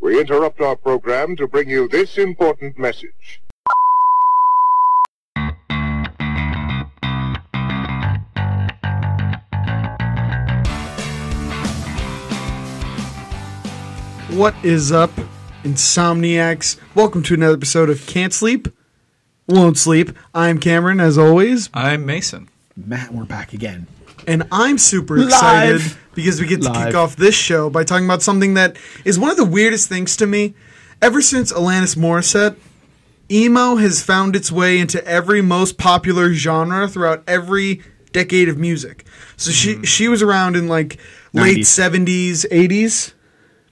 we interrupt our program to bring you this important message. What is up, insomniacs? Welcome to another episode of Can't Sleep, Won't Sleep. I'm Cameron, as always, I'm Mason. Matt, we're back again. and I'm super Live. excited because we get to kick Live. off this show by talking about something that is one of the weirdest things to me. Ever since Alanis Morissette, emo has found its way into every most popular genre throughout every decade of music. So Mm-hmm. she she was around in like late 90s. 70s, 80s.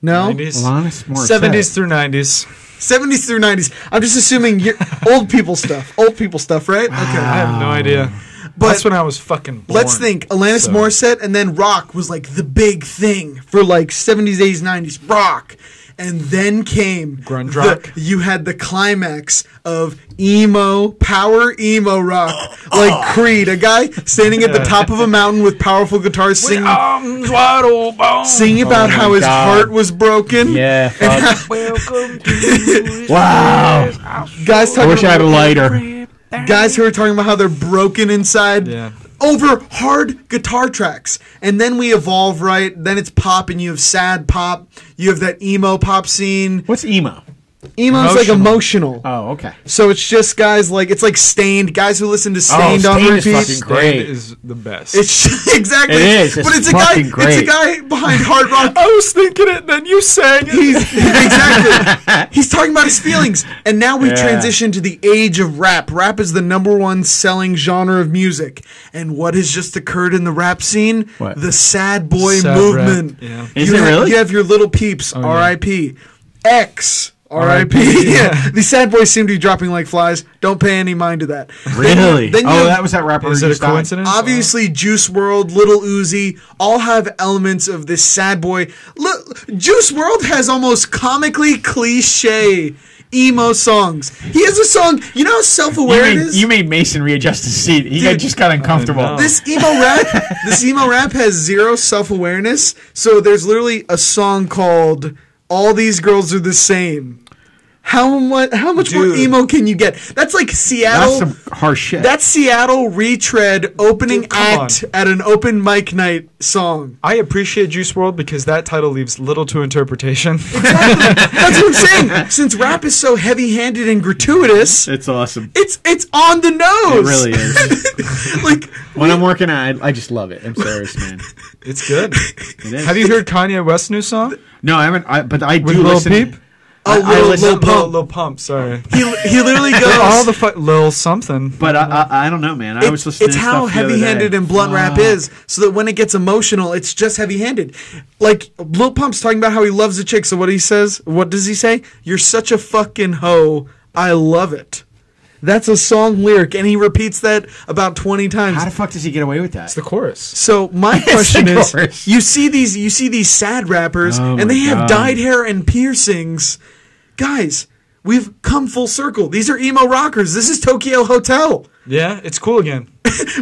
No, 90s. Alanis Morissette. 70s through 90s. 70s through 90s. I'm just assuming you old people stuff. Old people stuff, right? Okay. I have no idea. Oh. But- Ah. That's when I was fucking born. Let's think. Alanis So- Morissette and then rock was like the big thing for like 70s, 80s, 90s. Rock. And then came Grunge the- rock. You had the climax of emo, power emo rock, Ah. like Creed, a guy standing at the top of a mountain with powerful guitars With singing, arms wide open. singing about how his Oh God. heart was broken. Yeah. fuck. Welcome to wow. Guys I talking wish I had a lighter. guys who are talking about how they're broken inside Yeah. over hard guitar tracks. And then we evolve, right? Then it's pop, and you have sad pop. You have that emo pop scene. What's emo? Emo's like emotional. Oh, okay. So it's just guys like it's like stained guys who listen to stained on Oh, Stained is repeat. fucking great. Great is the best. It's just, exactly, It is, but it's it's a guy. fucking It's a great. guy behind hard rock I was thinking it, then you sang it. He's exactly. He's talking about his feelings, and now we transition to the age of rap. Rap is the number one selling genre of music, and what has just occurred in the rap scene? What? The sad boy Sad movement. rap, yeah. Oh, Is you it have, really? You have your little peeps. R.I.P. X. R.I.P. R.I.P., Yeah. The sad boys seem to be dropping like flies. Don't pay any mind to that. Really? Then you oh, have- that was that rapper. is who it a just died. coincidence? Obviously, Juice World, Little Uzi, all have elements of this sad boy. Look, Juice World has almost comically cliche emo songs. He has a song. You know how You self-aware it made, is. you made Mason readjust his seat. He got, Dude. just got uncomfortable. no. this emo rap, this emo rap has zero self-awareness. So there's literally a song called "All These Girls Are the Same." How much? How much more Dude. emo can you get? That's like That's Seattle. some harsh shit. That's Seattle retread opening Dude, come act at an open mic night song. I appreciate Juice World because that title leaves little to interpretation. That's what I'm saying. Since rap is so heavy-handed and gratuitous, it's awesome. it's it's on the It nose. really is. like when I'm working out, I, I just love it. I'm serious, man. it's good. It is. Have you heard Kanye West's new song? No, I haven't. I, but I do With Lil listen. Peep? oh, I Lil, listen- Lil Pump. Lil Pump, sorry. he he literally goes. All the fu- Lil something. But I, I, I don't know, man. I was it's, listening. it's to how stuff the other heavy-handed day. and blunt rap Fuck. is, so that when it gets emotional, it's just heavy-handed. Like Lil Pump's talking about how he loves the chick. So what he says, what does he say? You're such a fucking hoe. I love it. That's a song lyric, and he repeats that about twenty times. How the fuck does he get away with that? It's the chorus. So my question Of is, course. you see these, you see these sad rappers, Oh and they my have God. dyed hair and piercings. Guys, we've come full circle. These are emo rockers. This is Tokyo Hotel. Yeah, it's cool again.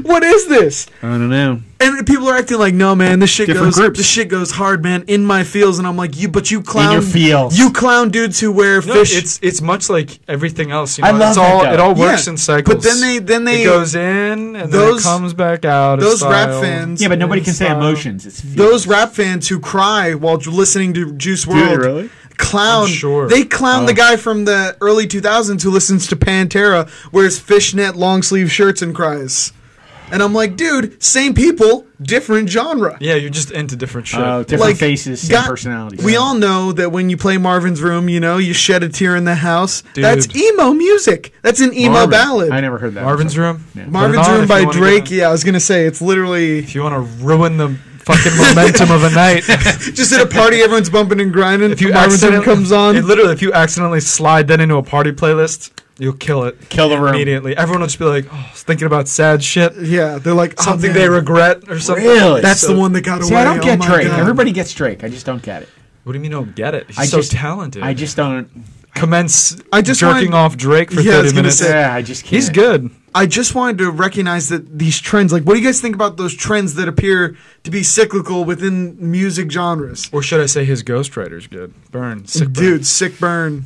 What is this? I don't know. And people are acting like, no, man, this shit Different goes, groups. this shit goes hard, man, in my feels. And I'm like, you, but you clown, your feels. you clown dudes who wear No, fish. it's it's much like everything else. You know, I love it's that all guy. it all works Yeah, in but cycles. then they- then they- it goes in and those- then it comes back out. as those rap style. fans. Yeah, but nobody can say Style. emotions. It's those rap fans who cry while j- listening to Juice they World really? Oh. clown. I'm sure. They clown the guy from the early 2000s who listens to Pantera, wears fishnet long sleeve shirts and cries. And I'm like, dude, same people, different genre. Yeah, you're just into different shit. Oh, different Like faces, same God- personalities. We all know that when you play Marvin's Room, you know you shed a tear in the house. Dude. That's emo music. That's an emo Marvin. ballad. I never heard that. Marvin's room. Put it Marvin's on Room if by you wanna Drake. get- Yeah, I was gonna say it's literally If you want to ruin the fucking momentum of a night, just at a party, everyone's bumping and grinding. if you Marvin's Room accidentally comes on, it literally if you accidentally slide that into a party playlist, you'll kill it. Kill the room. immediately. Everyone will just be like, oh, I was thinking about sad shit, yeah, they're like oh, something man, they regret or something. Really? That's So- the one that got See, away. I don't Oh get my Drake. God. Everybody gets Drake. I just don't get it. What do you mean you don't get it? He's I so just- talented. I just don't. commence I just jerking wanted- off Drake for Yeah, I was 30 gonna minutes. say- Yeah, I just can't. He's good. I just wanted to recognize that these trends, like, what do you guys think about those trends that appear to be cyclical within music genres? Or should I say his ghostwriter's good? Burn. Sick burn. Dude, sick burn.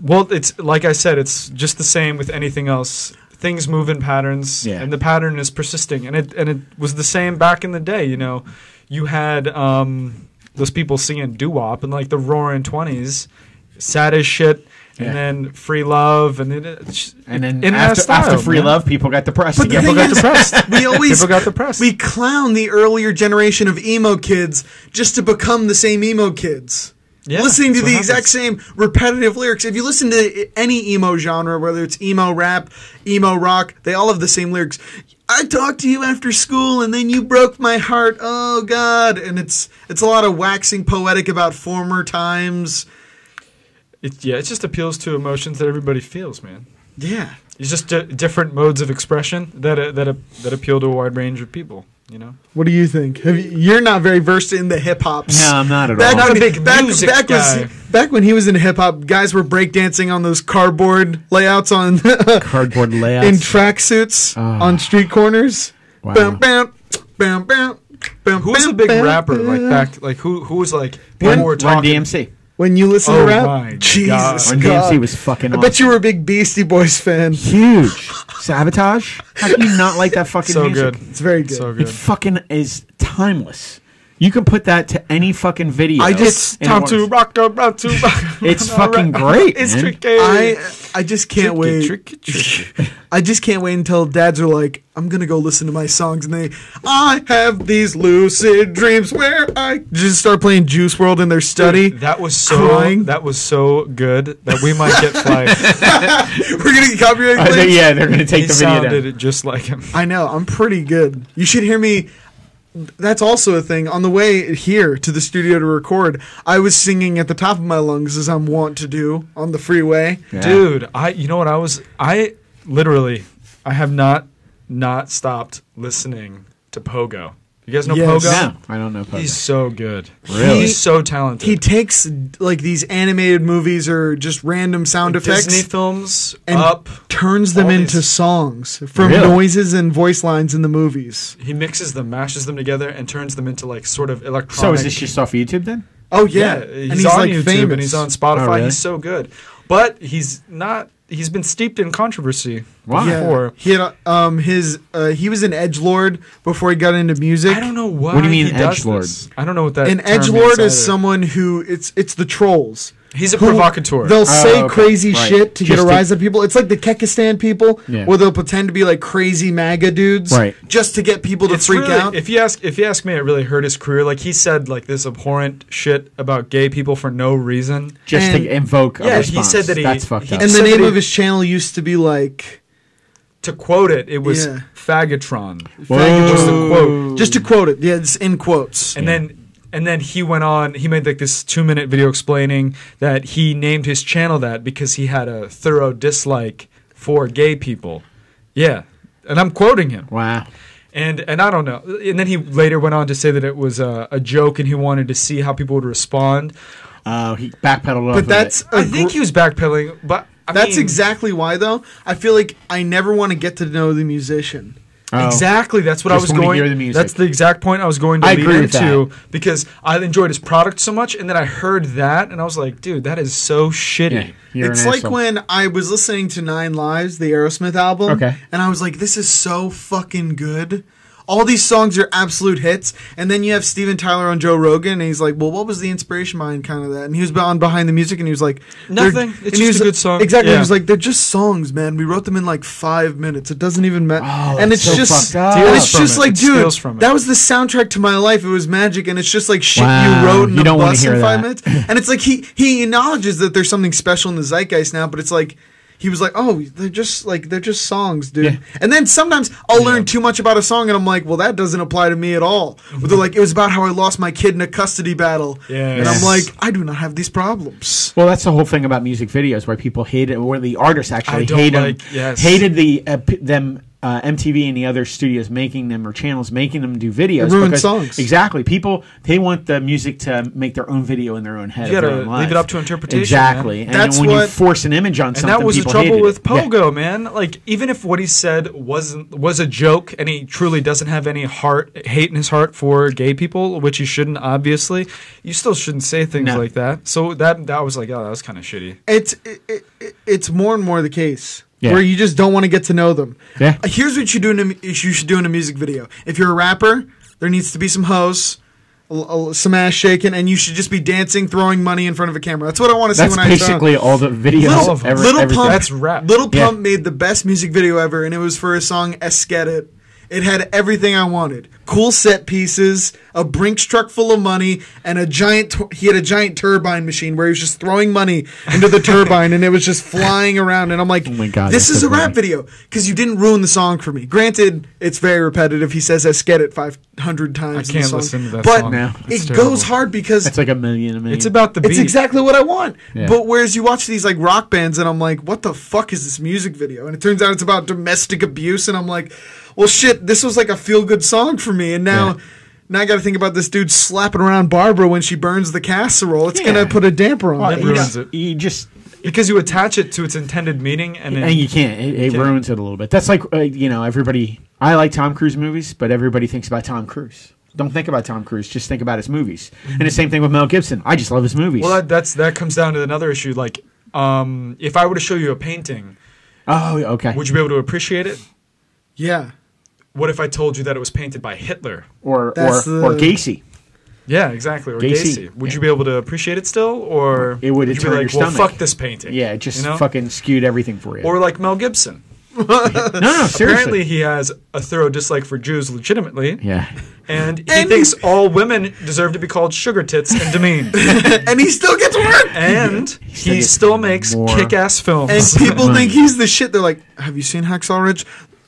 Well, it's like I said, it's just the same with anything else. Things move in patterns, Yeah. and the pattern is persisting. And it and it was the same back in the day. You know, you had um, those people singing doo wop and like the Roaring Twenties, sad as shit, and Yeah. then free love, and then it, And then in that after, style, after Free man. Love, people got depressed But the thing again. people got is, depressed. We always people got depressed. we clown the earlier generation of emo kids just to become the same emo kids. Yeah, listening to that's the what exact same repetitive lyrics. If you listen to i- any emo genre, whether it's emo rap, emo rock, they all have the same lyrics. I talked to you after school, and then you broke my heart. Oh God! And it's it's a lot of waxing poetic about former times. It, yeah, it just appeals to emotions that everybody feels, man. Yeah. It's just di different modes of expression that uh, that uh, that appeal to a wide range of people. You know, What do you think? Have you, you're not very versed in the hip hops. no, I'm not at back all. Not a when, big back, music back guy. Was, back when he was in hip hop, guys were breakdancing on those cardboard layouts on Cardboard layouts. in tracksuits Ah. on street corners. Wow. Bam, bam, bam, bam, bam, who was bam, a big bam, rapper like bam. back? Like who who was like people Run, were Run talking- DMC. When you listen to Oh rap, my Jesus God. Run God. DMC was fucking I awesome. bet you were a big Beastie Boys fan. huge. Sabotage? How can you not like that fucking So music? good. It's very good. So It good. fucking is timeless. You can put that to any fucking video. I It's just- and it time to works. rock about to rock. It's fucking great, It's man. tricky. I I just can't wait. Tricky, tricky, tricky. I just can't wait until dads are like, I'm gonna go listen to my songs, and they, I have these lucid dreams where I just start playing Juice World in their study. That was so Crying. that was so good that we might get flagged. We're gonna get copyright I think- claims. yeah, they're gonna take he the video down. sounded it just like him. I know. I'm pretty good. You should hear me. That's also a thing. On the way here to the studio to record, I was singing at the top of my lungs as I'm wont to do on the freeway. Yeah. Dude, I you know what I was I literally I have not not stopped listening to Pogo. You guys know Yes. Pogo? No, I don't know. Pogo. He's so good. Really? He's so talented. He takes like these animated movies or just random sound effects. Disney films and up. turns them all into these- songs from Really? noises and voice lines in the movies. He mixes them, mashes them together, and turns them into like sort of electronic. so is this just off YouTube then? Oh yeah, he's, on YouTube and he's on Spotify. Oh, really? He's so good, but he's not. He's been steeped in controversy Why? Yeah. before. He had uh, um his uh, he was an edge lord before he got into music. I don't know why. do you mean he does edgelord? this. I don't know what that. An term edge lord either. is someone who it's it's the trolls. He's a who- provocateur. They'll say Oh, okay. crazy Right. shit to get Just a to- rise out of people. It's like the Kekistan people, Yeah. where they'll pretend to be like crazy MAGA dudes, Right. Just to get people to It's freak really- out. If you ask, if you ask me, it really hurt his career. Like he said, like this abhorrent shit about gay people for no reason. Just And- to invoke. Yeah, a he response. said that he- That's fucked he- up. and the somebody- name of his channel used to be like To quote it, it was Yeah. fagatron. Whoa. Just to quote. Just to quote it, yeah, it's in quotes. And then and then he went on, he made like this two minute video explaining that he named his channel that because he had a thorough dislike for gay people. Yeah. And I'm quoting him. wow. And and I don't know. And then he later went on to say that it was a, a joke and he wanted to see how people would respond. Oh, he backpedaled. off but of that's it. a I think gr- he was backpedaling, but I that's mean, exactly why though. I feel like I never want to get to know the musician. Oh. Exactly. That's what I Just was wanna going. hear the music. That's the exact point I was going to I lead agree with into because I enjoyed his product so much, and then I heard that, and I was like, dude, that is so shitty. Yeah, you're it's an like asshole. when I was listening to Nine Lives, the Aerosmith album, Okay. and I was like, "This is so fucking good." All these songs are absolute hits, and then you have Steven Tyler on Joe Rogan, and he's like, "Well, what was the inspiration behind kind of that?" And he was on behind the music, and he was like, they're- Nothing. It's and he just was- a good song. Exactly. He Yeah. was like, "They're just songs, man. We wrote them in like five minutes. It doesn't even matter." Oh, and it's that's so just, fucked up. and it's Steals just from it. like, It dude, steals from it. that was the soundtrack to my life. It was magic, and it's just like shit Wow, you wrote in you a don't wanna bus hear in five that. minutes. And it's like he he acknowledges that there's something special in the zeitgeist now, but it's like he was like, "Oh, they're just like they're just songs, dude." Yeah. And then sometimes I'll learn too much about a song, and I'm like, "Well, that doesn't apply to me at all." Or they're like, "It was about how I lost my kid in a custody battle," and I'm Yes. like, "I do not have these problems." Well, that's the whole thing about music videos, where people hate it, where the artists actually don't hate 'em- like- yes. hated the uh, p- them uh, MTV and the other studios making them or channels making them do videos. It ruins songs. Exactly. People they want the music to make their own video in their own head. You of their gotta own leave life. it up to interpretation, Exactly. And That's then when you what- force an image on And something, that was the people trouble hated with it. Yeah. Pogo, man. Like, even if what he said wasn't was a joke, and he truly doesn't have any heart hate in his heart for gay people, which he shouldn't, obviously, you still shouldn't say things No. like that. So that that was like, oh, that was kind of shitty. it's it, it, it's more and more the case Yeah. where you just don't want to get to know them. Yeah. Uh, Here's what you do in a, you should do in a music video. If you're a rapper, there needs to be some hoes, l- l- some ass shaking, and you should just be dancing, throwing money in front of a camera. That's what I want to see That's when I saw. basically all the videos. All of Little, them. ever, Little everything. Pump, That's rap. Little Yeah. Pump made the best music video ever, and it was for his song "Esket It." It had everything I wanted: cool set pieces, a Brinks truck full of money, and a giant. T- he had a giant turbine machine where he was just throwing money into the turbine, and it was just flying around. And I'm like, Oh my God, this that's is so a rap funny. video because you didn't ruin the song for me. Granted, it's very repetitive. He says "Esket It" 500 times. in the can't song, listen to that but song. No. It It's goes terrible. hard because That's like a million. A million. It's about the beat. it's exactly what I want. Yeah. But whereas you watch these like rock bands and I'm like, what the fuck is this music video? And it turns out it's about domestic abuse and I'm like, well shit, this was like a feel good song for me and now Yeah. now I got to think about this dude slapping around Barbara when she burns the casserole. It's Yeah. going to put a damper on Well, it. you ruins know, it. You just because you attach it to its intended meaning, and, then and you can't. It, it Yeah. ruins it a little bit. That's like uh, you know everybody. I like Tom Cruise movies, but everybody thinks about Tom Cruise. Don't think about Tom Cruise. Just think about his movies. And the same thing with Mel Gibson. I just love his movies. well, that, that's that comes down to another issue. Like, um, if I were to show you a painting, oh, okay. would you be able to appreciate it? Yeah. What if I told you that it was painted by Hitler? or or That's the- or Gacy. Yeah, exactly. Or Gacy. Gacy. Would Yeah. you be able to appreciate it still, or It would you be turn like, your well, stomach. fuck this painting? Yeah, it just you know? fucking skewed everything for you. Or like Mel Gibson. no, no, Apparently, seriously. he has a thorough dislike for Jews, legitimately, Yeah. and he And- thinks all women deserve to be called sugar tits and demeaned. and he still gets work. and still he gets still makes more- kick-ass And films. people think he's the shit. They're like, have you seen Hacksaw Ridge?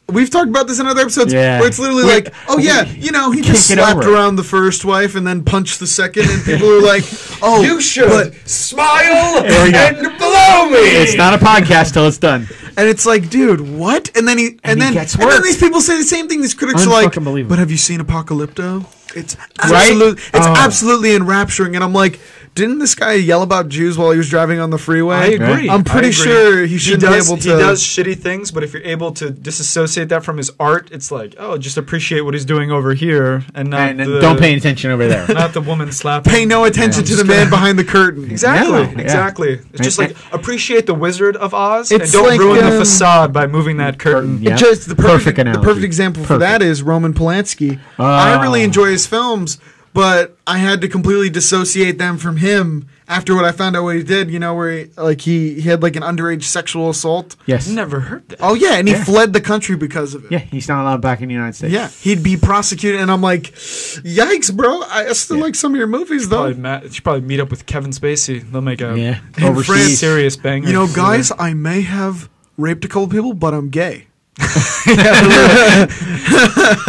We've talked about this in other episodes Yeah. where it's literally We- like, oh yeah, you know, he just get slapped over it. around the first wife and then punched the second, and people are like, oh, you should. smile There we go. blow me. It's not a podcast till it's done. and it's like, dude, what? And then he, and, And he then, gets and then worked. these people say the same thing. These critics are like, Unfucking believable. but have you seen Apocalypto? It's Right? absolute, it's Oh. absolutely enrapturing. And I'm like, didn't this guy yell about Jews while he was driving on the freeway? I agree. I'm pretty I agree. sure he should does, be able to. He does shitty things, but if you're able to disassociate that from his art, it's like, oh, just appreciate what he's doing over here, and not And, and the, don't pay any attention over there. not the woman slapping. pay no attention Yeah. to the man behind the curtain. Exactly. No, yeah. Exactly. It's just And- like appreciate the Wizard of Oz and It's don't like, ruin um, the facade by moving that curtain. Yeah. It just the perfect, Perfect analogy. Ah. the perfect example for that is Roman Polanski. I really enjoy his films, but I had to completely dissociate them from him after what I found out what he did. You know, where he, like he, he had like an underage sexual assault. Yes. Never heard that. Oh yeah, and he Yeah. fled the country because of it. Yeah, he's not allowed back in the United States. Yeah, he'd be prosecuted, and I'm like, yikes, bro! I I still like some of your movies though. Probably ma- should probably meet up with Kevin Spacey. They'll make a Yeah. a France- Overseas. serious banger. You know, guys, I may have raped a couple people, but I'm gay.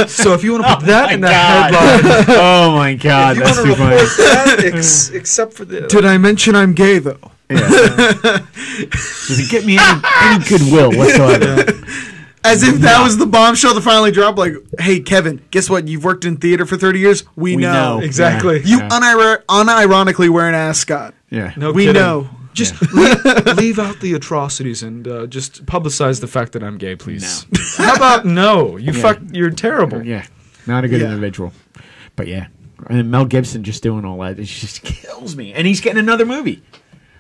So if you Ah. want to put that in Oh my that God. headline, oh my god, that's too funny. that, ex- except for the Did I mention I'm gay though? Does it get me any, any goodwill whatsoever? As if that was the bombshell to finally drop. Like, hey, Kevin, guess what? You've worked in theater for 30 years. We, We know. know. exactly. You Yeah. unir- unironically wear an ascot. Yeah. No we kidding. know. Just leave, leave out the atrocities and uh, just publicize the fact that I'm gay, please. How about no? You fuck. You're terrible. Yeah. Not a good Yeah. individual. But yeah. And Mel Gibson just doing all that. It just kills me. And he's getting another movie.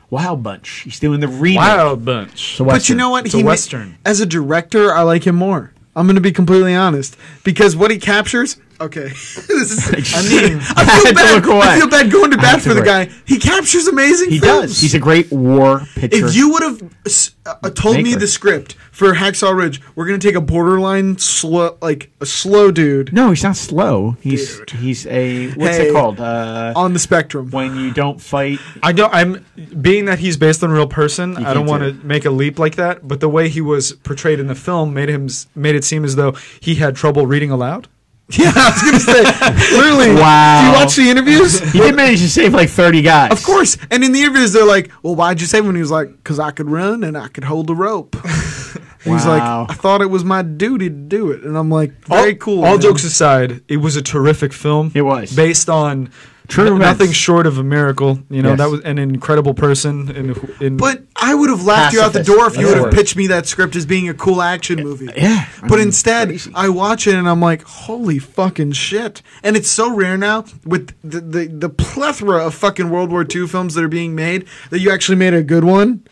Wild Bunch. He's doing the remake. Wild bunch. The But you Western. know what? It's a ma- Western. as a director, I like him more. I'm going to be completely honest because what he captures. Okay, this is, I mean, I had feel to bad. look away. I feel bad going to I bat had for to the look. guy. He captures amazing. He films. does. He's a great war pitcher. If you would have uh, told me Maker. the script for Hacksaw Ridge, we're gonna take a borderline slow, like a slow dude no, he's not slow. He's he's a what's Hey. it called? Uh, on the spectrum. when you don't fight. I don't. I'm being that he's based on a real person. I don't can't want do to make a leap like that. But the way he was portrayed in the film made him s- made it seem as though he had trouble reading aloud. Yeah, I was gonna say. Literally, Wow. Do you watch the interviews? He did manage to save like thirty guys. Of course. And in the interviews, they're like, "Well, why'd you say when he was like, because I could run and I could hold the rope." And He's like, Wow. I thought it was my duty to do it, and I'm like, very all, cool. All man. jokes aside, it was a terrific film. It was. based on True n- events. nothing short of a miracle. You know Yes. that was an incredible person. In, who- in But I would have laughed you out the Pacifist. door if you That's would the have word. pitched me that script as being a cool action movie. yeah, I But mean, instead, crazy. I watch it and I'm like, holy fucking shit. And it's so rare now with the, the, the plethora of fucking World War II films that are being made that you actually made a good one.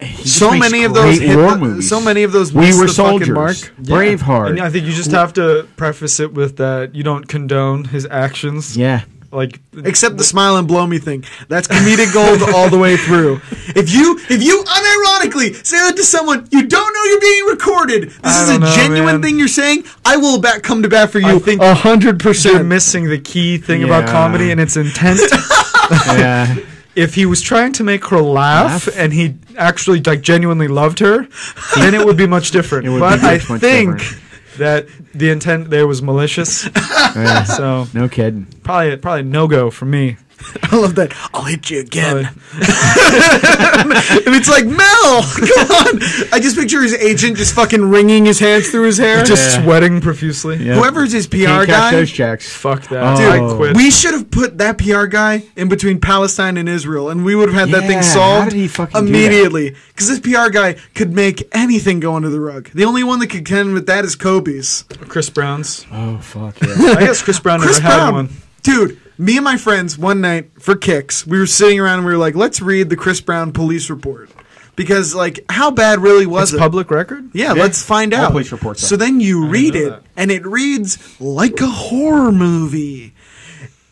just So makes many of great those hit war the- movies. so many of those We miss were the fucking soldiers. mark. Braveheart. And I think you just have to preface it with that you don't condone his actions. yeah. like Except the smile and blow me thing. That's comedic gold all the way through. If you if you unironically say that to someone, you don't know you're being recorded. This I is a don't know, genuine man. thing you're saying. I will bat come to bat for you. Oh, I think a hundred They're percent. missing the key thing about Yeah. comedy and its intent. yeah. if he was trying to make her laugh, Laugh? and he actually like genuinely loved her, then it would be much different. It would but be I much, much think different. that the intent there was malicious. so No kidding. probably probably no go for me. I love that. I'll hit you again. Probably- and it's like Mel, come on. I just picture his agent just fucking wringing his hands through his hair. just Yeah. sweating profusely. Yeah. Oh. Whoever's his PR Can't guy. catch those checks. Fuck that. Dude, I quit. We should have put that PR guy in between Palestine and Israel, and we would have had that Yeah, thing how solved did he fucking do that? immediately. Because this PR guy could make anything go under the rug. The only one that could contend with that is Kobe's. Chris Brown's. Oh fuck yeah. I guess Chris Brown Chris never had Brown, one. dude. Me and my friends one night for kicks, we were sitting around and we were like, "Let's read the Chris Brown police report." Because like, how bad really was it? It's public record. Yeah, Yeah. let's find All out. police reports are. So then you read know it, that. and it reads like a horror movie.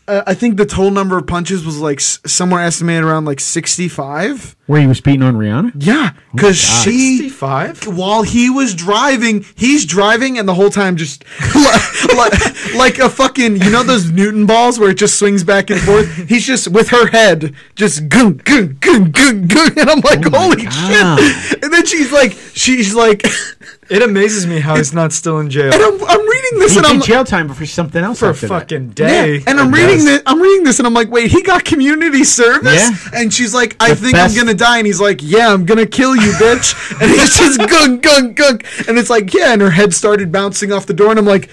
Uh, I think the total number of punches was like s- somewhere estimated around like sixty-five. Where he was beating on Rihanna? Yeah, because she, Sixty-five. while he was driving, he's driving, and the whole time just like, like, like a fucking, you know those Newton balls where it just swings back and forth. He's just with her head, just goon goon goon goon goon, and I'm like, holy God. shit! And then she's like, she's like, It amazes me how he's not still in jail and I'm, I'm reading this, He and I'm did jail time for something else for a after that. fucking day. Yeah, and I'm reading this. I'm reading this, and I'm like, wait, he got community service. Yeah. And she's like, I The think best- I'm gonna die, and he's like, Yeah, I'm gonna kill you, bitch. and he's just gunk, gunk, gunk, and it's like, yeah. And her head started bouncing off the door, and I'm like,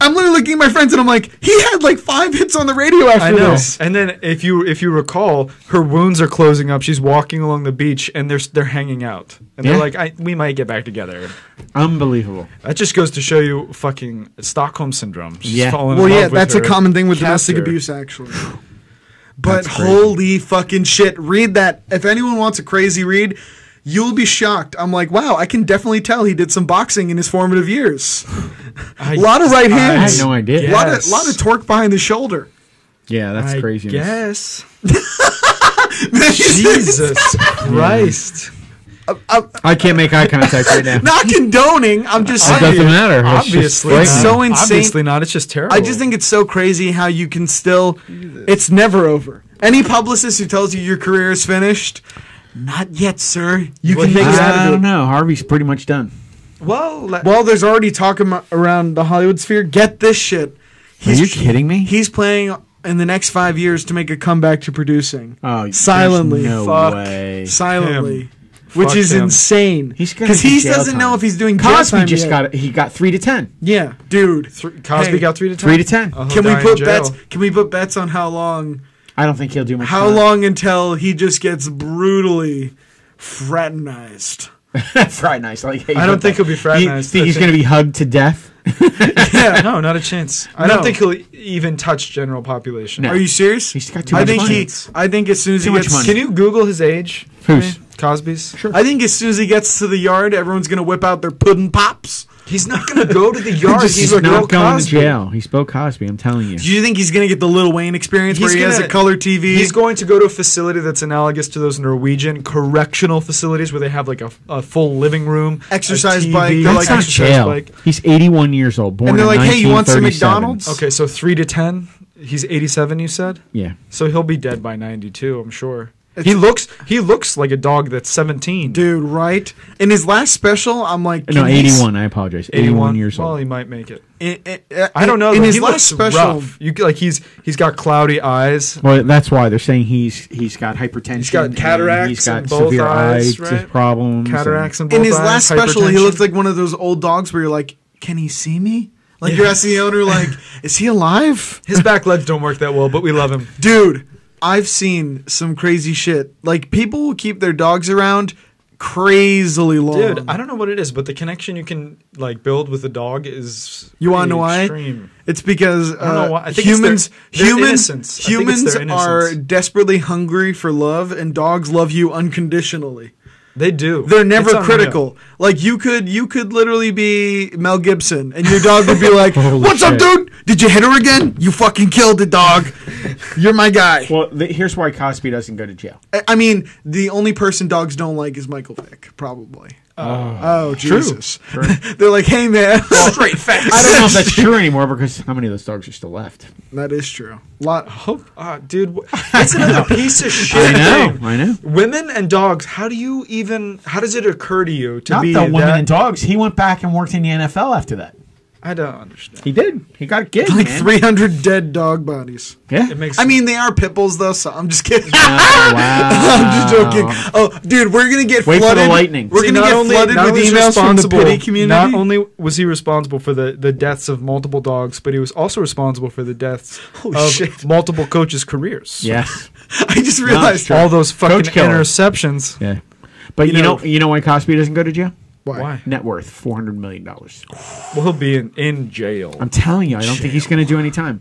I'm literally looking at my friends, and I'm like, he had like five hits on the radio after I know. this. And then if you if you recall, her wounds are closing up. She's walking along the beach, and they're s- they're hanging out, and Yeah. they're like, I, "We might get back together." Unbelievable. That just goes to show you fucking Stockholm syndrome. She's Yeah. fallen in Well, love yeah, with that's a her common thing with domestic captor. abuse, actually. But crazy. holy fucking shit, read that. If anyone wants a crazy read, you'll be shocked. I'm like, wow, I can definitely tell he did some boxing in his formative years. I- A lot of right hands. I had no A idea. lot of, Yes. lot of torque behind the shoulder. Yeah, that's I crazy. Yes. Jesus Christ. I can't make eye contact right now. Not condoning, I'm just It doesn't saying. matter. It's just Obviously, frightening. It's not. so insane. Obviously not. It's just terrible. I just think it's so crazy how you can still. It's never over. Any publicist who tells you your career is finished, not yet, sir. You Well, can he- make it out of I it. don't know. Harvey's pretty much done. well, that- Well, there's already talk am- around the Hollywood sphere. Get this shit. He's, you kidding me? He's playing in the next five years to make a comeback to producing. Oh, there's silently, No Fuck. way. silently, Him. which Fuck is him. insane. He's gonna because be he jail doesn't know time. if he's doing jail Cosby time just yet. got he got three to ten. Yeah, dude. th- Cosby Hey, got three to ten. Three to ten. Oh, he'll Can we die in put jail. bets? Can we put bets on how long? I don't think he'll do much. How time. long until he just gets brutally fraternized? Friday night. Like, I don't think he'll be fraternized. You I think he's think- going to be hugged to death? Yeah, no, not a chance. I No. don't think he'll e- even touch general population. No. Are you serious? He's got too I much think money. he. I think as soon as Too he much gets money. Can you Google his age? Who's? Maybe? Cosby's? Sure. I think as soon as he gets to the yard, everyone's gonna whip out their puddin' pops. He's not going to go to the yard. Just- he's he's like not Bill going Cosby. to jail. He spoke Cosby. I'm telling you. Do you think he's gonna get the Little Wayne experience He's where he has gonna- a color TV? He's going to go to a facility that's analogous to those Norwegian correctional facilities where they have like a, a full living room, a Exercise TV, bike, That's like not exercise jail. bike. He's 81 years old. Born And they're in like, "Hey, you want some 1937." McDonald's?" Okay, so three to ten. He's eighty-seven. You said Yeah. so. He'll be dead by ninety-two. I'm sure. he looks he looks like a dog that's 17. dude, right? In his last special, I'm like, No, can he s- 81. I apologize. 81, years Well, old. he might make it. in- in- uh, I don't know. In though. his he last looks special, rough. You like he's he's got cloudy eyes. Well, that's why they're saying he's he's got hypertension. He's got and cataracts He's got in both severe eyes, eye right? problems. and- Cataracts and in his last special, he looked like one of those old dogs where you're like, can he see me? Like you're asking the owner, like, is he alive? his back legs don't work that well, but we love him. Dude, I've seen some crazy shit. Like people will keep their dogs around crazily long. Dude, I don't know what it is, but the connection you can like build with a dog is You wanna pretty know why? extreme. It's because don't know uh, why. I think it's their- humans, their humans, innocence. I think it's humans their are innocence. desperately hungry for love, and dogs love you unconditionally. They do. They're It's never unreal. critical. Like you could, you could literally be Mel Gibson, and your dog would be like, Holy "What's up, shit. dude? Did you hit her again? You fucking killed the dog. You're my guy." Well, th- here's why Cosby doesn't go to jail. I- I mean, the only person dogs don't like is Michael Vick, probably. Oh, Jesus! They're like, "Hey, man, straight facts." I don't know if that's true anymore because how many of those dogs are still left? that is true. Lot. Hope, ah, dude, wh- that's another piece of shit. I know, thing. I know. Women and dogs. How do you even? How does it occur to you to Not be the women that? and dogs. He went back and worked in the NFL after that. I don't understand. He did. He got a gig. Like man. 300 dead dog bodies. Yeah. It makes. I mean, they are pit bulls, though, so I'm just kidding. Oh, wow. I'm just joking. Oh, dude, we're going to get Wait for the flooded. lightning. We're See, going to not get only- flooded not with only is emails from the responsible- pity community. Not only was he responsible for the, the deaths of multiple dogs, but he was also responsible for the deaths Holy of shit. multiple coaches' careers. Yes. I just realized. true. All those fucking Coach killer. interceptions. Yeah. But you, know- know, you know why Cosby doesn't go to jail? Why? Net worth four hundred million dollars. Well, he'll be in, in jail. I'm telling you, I don't think he's going to do any time.